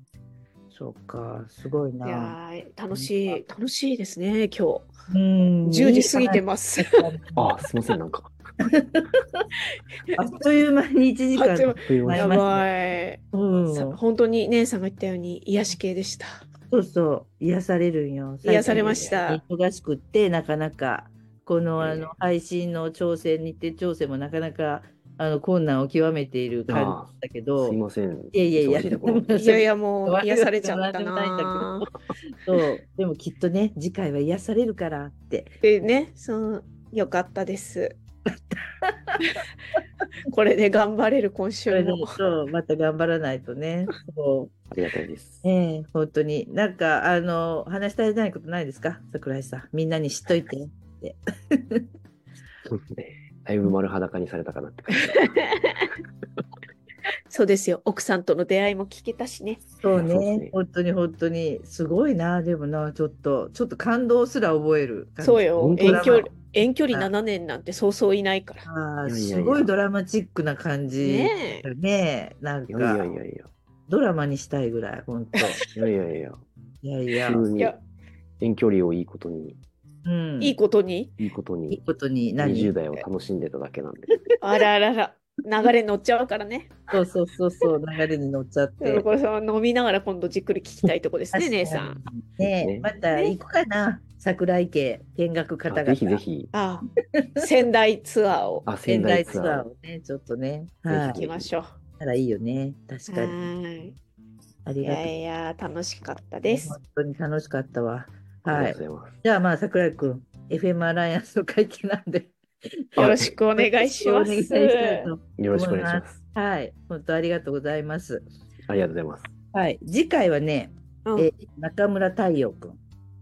Speaker 2: そうかすごい
Speaker 1: い
Speaker 2: な。
Speaker 1: やー楽しい楽しいですね今
Speaker 2: うん
Speaker 1: 日10時過ぎてます
Speaker 3: あ、すいません、なんか。
Speaker 2: あっという間に1時
Speaker 1: あっという
Speaker 2: 間
Speaker 1: 間。
Speaker 3: という間に
Speaker 1: やばい
Speaker 2: うん
Speaker 1: さ本当に姉さんが言ったように癒し系でした。
Speaker 2: そうそう、癒されるんよ。
Speaker 1: 癒されました
Speaker 2: 忙しくって、なかなか、この
Speaker 1: ええ
Speaker 2: あの配信の調整、日程調整もなかなかあの困難を極めている感じだけど
Speaker 3: すい、ません。
Speaker 2: いやいやいや、
Speaker 3: 忙しいと ころ
Speaker 1: いやいやもう
Speaker 2: 悪い
Speaker 1: 癒されちゃった
Speaker 2: 悪いことな。
Speaker 1: なん
Speaker 2: そう、でもきっとね、次回は癒されるからって。
Speaker 1: でね、そのよかったです。これで頑張れる今週
Speaker 2: それで
Speaker 1: も
Speaker 2: も。そうまた頑張らないとね。そ
Speaker 3: ありがたいです
Speaker 2: う。ええ本当に。なんか、あの、話したりないことないですか桜井さん。みんなに知っといて。
Speaker 3: そうですね。だいぶ丸裸にされたかなって感じ。
Speaker 1: そうですよ。奥さんとの出会いも聞けたしね。
Speaker 2: そう
Speaker 3: そうです
Speaker 2: ね
Speaker 3: ね。
Speaker 2: 本当に本当に。すごいな。でもな、ちょっと、ちょっと感動すら覚える。
Speaker 1: そう。よ
Speaker 3: 本。当だ
Speaker 1: 遠
Speaker 3: な
Speaker 1: 距離、遠距離7年なんてそうそういないから。
Speaker 2: あ
Speaker 3: い
Speaker 2: ー
Speaker 3: やいやいや
Speaker 2: すごいドラマチックな感じ。
Speaker 1: ねえ。
Speaker 2: ねえなん
Speaker 3: いやいや
Speaker 2: か
Speaker 3: いやい
Speaker 2: ドラマにしたいぐらい本当い
Speaker 3: や。いやいやいや。
Speaker 2: やい や、
Speaker 3: 普通
Speaker 1: い
Speaker 3: に
Speaker 1: や、
Speaker 3: 遠距離をいいことに、
Speaker 2: うん、
Speaker 1: いいことに。
Speaker 3: いいこと
Speaker 2: いい
Speaker 3: に、
Speaker 2: ことになり
Speaker 3: 20代を楽しんでただけなんで。
Speaker 1: あらあらら。流れ乗っちゃうからね。
Speaker 2: そうそうそうそう流れに乗っちゃっ
Speaker 1: で
Speaker 2: て
Speaker 1: もこれさ飲みながら今度じっくり聞きたいとこですね、姉さん。
Speaker 2: ねえ
Speaker 3: ね
Speaker 2: また行くかな桜井家見学方
Speaker 3: あ
Speaker 2: 々
Speaker 3: ぜひぜひ、
Speaker 1: ああ、仙台ツアーを
Speaker 3: あ、仙
Speaker 2: 仙
Speaker 3: 台
Speaker 2: 台
Speaker 3: ツ
Speaker 2: ツ
Speaker 3: ア
Speaker 2: ア
Speaker 3: ー
Speaker 2: ー。をねちょっとね
Speaker 3: ぜひ
Speaker 2: は
Speaker 1: 行
Speaker 2: い
Speaker 1: きましょう。
Speaker 2: たらいいよね確かに
Speaker 1: はい。
Speaker 2: あり
Speaker 1: い
Speaker 2: がと
Speaker 1: や
Speaker 2: う
Speaker 1: いや、楽しかったです。
Speaker 2: 本当に楽しかったわ
Speaker 3: あ
Speaker 2: は
Speaker 3: り
Speaker 2: い
Speaker 3: がとうございます。
Speaker 2: じゃあまあ桜井君 FM アライアンスの会見なんで
Speaker 1: よろしくお願いしま
Speaker 2: お願いしたい
Speaker 1: す。
Speaker 2: と
Speaker 3: よろしくお願いします。
Speaker 2: はい本当ありがとうございます
Speaker 3: ありがとうございます。
Speaker 2: はい次回はね
Speaker 1: うん
Speaker 2: え中村太陽くん。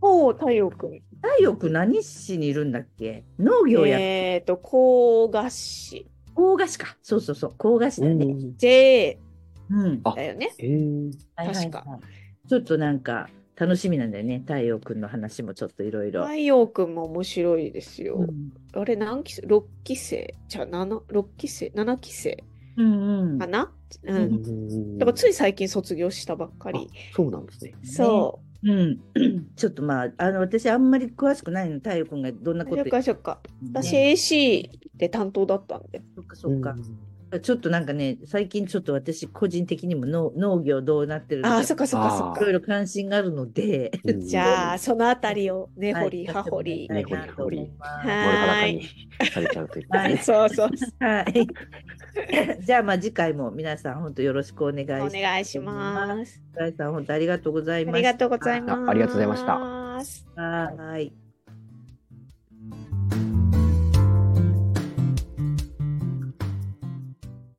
Speaker 1: おお、太陽くん。
Speaker 2: 太陽くん何市にいるんだっけ農業や
Speaker 1: えっ、と、高賀市。
Speaker 2: 高賀市か。そうそうそう、高賀市だね。
Speaker 1: J
Speaker 2: うん。
Speaker 3: あ
Speaker 1: だよね。
Speaker 3: えー、
Speaker 2: はいはいはい
Speaker 1: 確か。
Speaker 2: ちょっとなんか楽しみなんだよね。太陽くんの話もちょっといろいろ。
Speaker 1: 太陽くんも面白いですよ。
Speaker 2: うん
Speaker 1: あれ何期生 ?6 期生じゃあ7、6期生 ?7 期生
Speaker 2: うんうん
Speaker 1: か。なうん。
Speaker 2: う
Speaker 1: だからつい最近卒業したばっかり。
Speaker 3: あそうなんですね。
Speaker 1: そ
Speaker 2: うん、 ちょっとまあ、あの、私あんまり詳しくないの、太陽くんがどんな
Speaker 1: う。
Speaker 2: こ
Speaker 1: そ
Speaker 2: と
Speaker 1: っかそっか。
Speaker 2: ね
Speaker 1: 私 AC で担当だったんで。
Speaker 2: そっかそっか。ちょっとなんかね、最近ちょっと私個人的にも農農業どうなってるの
Speaker 1: ああ、そっかそっかそっ
Speaker 2: い
Speaker 1: か
Speaker 2: ろ。いろ関心があるので、
Speaker 3: うん
Speaker 1: じゃあ、そのあたりを根
Speaker 2: はい
Speaker 1: 掘り葉掘り。
Speaker 2: やってもらいたいなと思いま
Speaker 1: は
Speaker 2: す
Speaker 3: 丸裸にされちゃうということ
Speaker 2: は
Speaker 3: で
Speaker 2: い
Speaker 3: ね。
Speaker 1: そうそう。
Speaker 2: はい。 じゃあまあ次回も皆さん本当よろしくお願いし
Speaker 1: お
Speaker 2: ます。
Speaker 1: 願いします。
Speaker 2: 桜井さん本当ありがとうござい
Speaker 1: あ
Speaker 2: ま
Speaker 1: り
Speaker 2: し
Speaker 1: がとうございます。。
Speaker 3: ありがとうございました
Speaker 2: た。はい。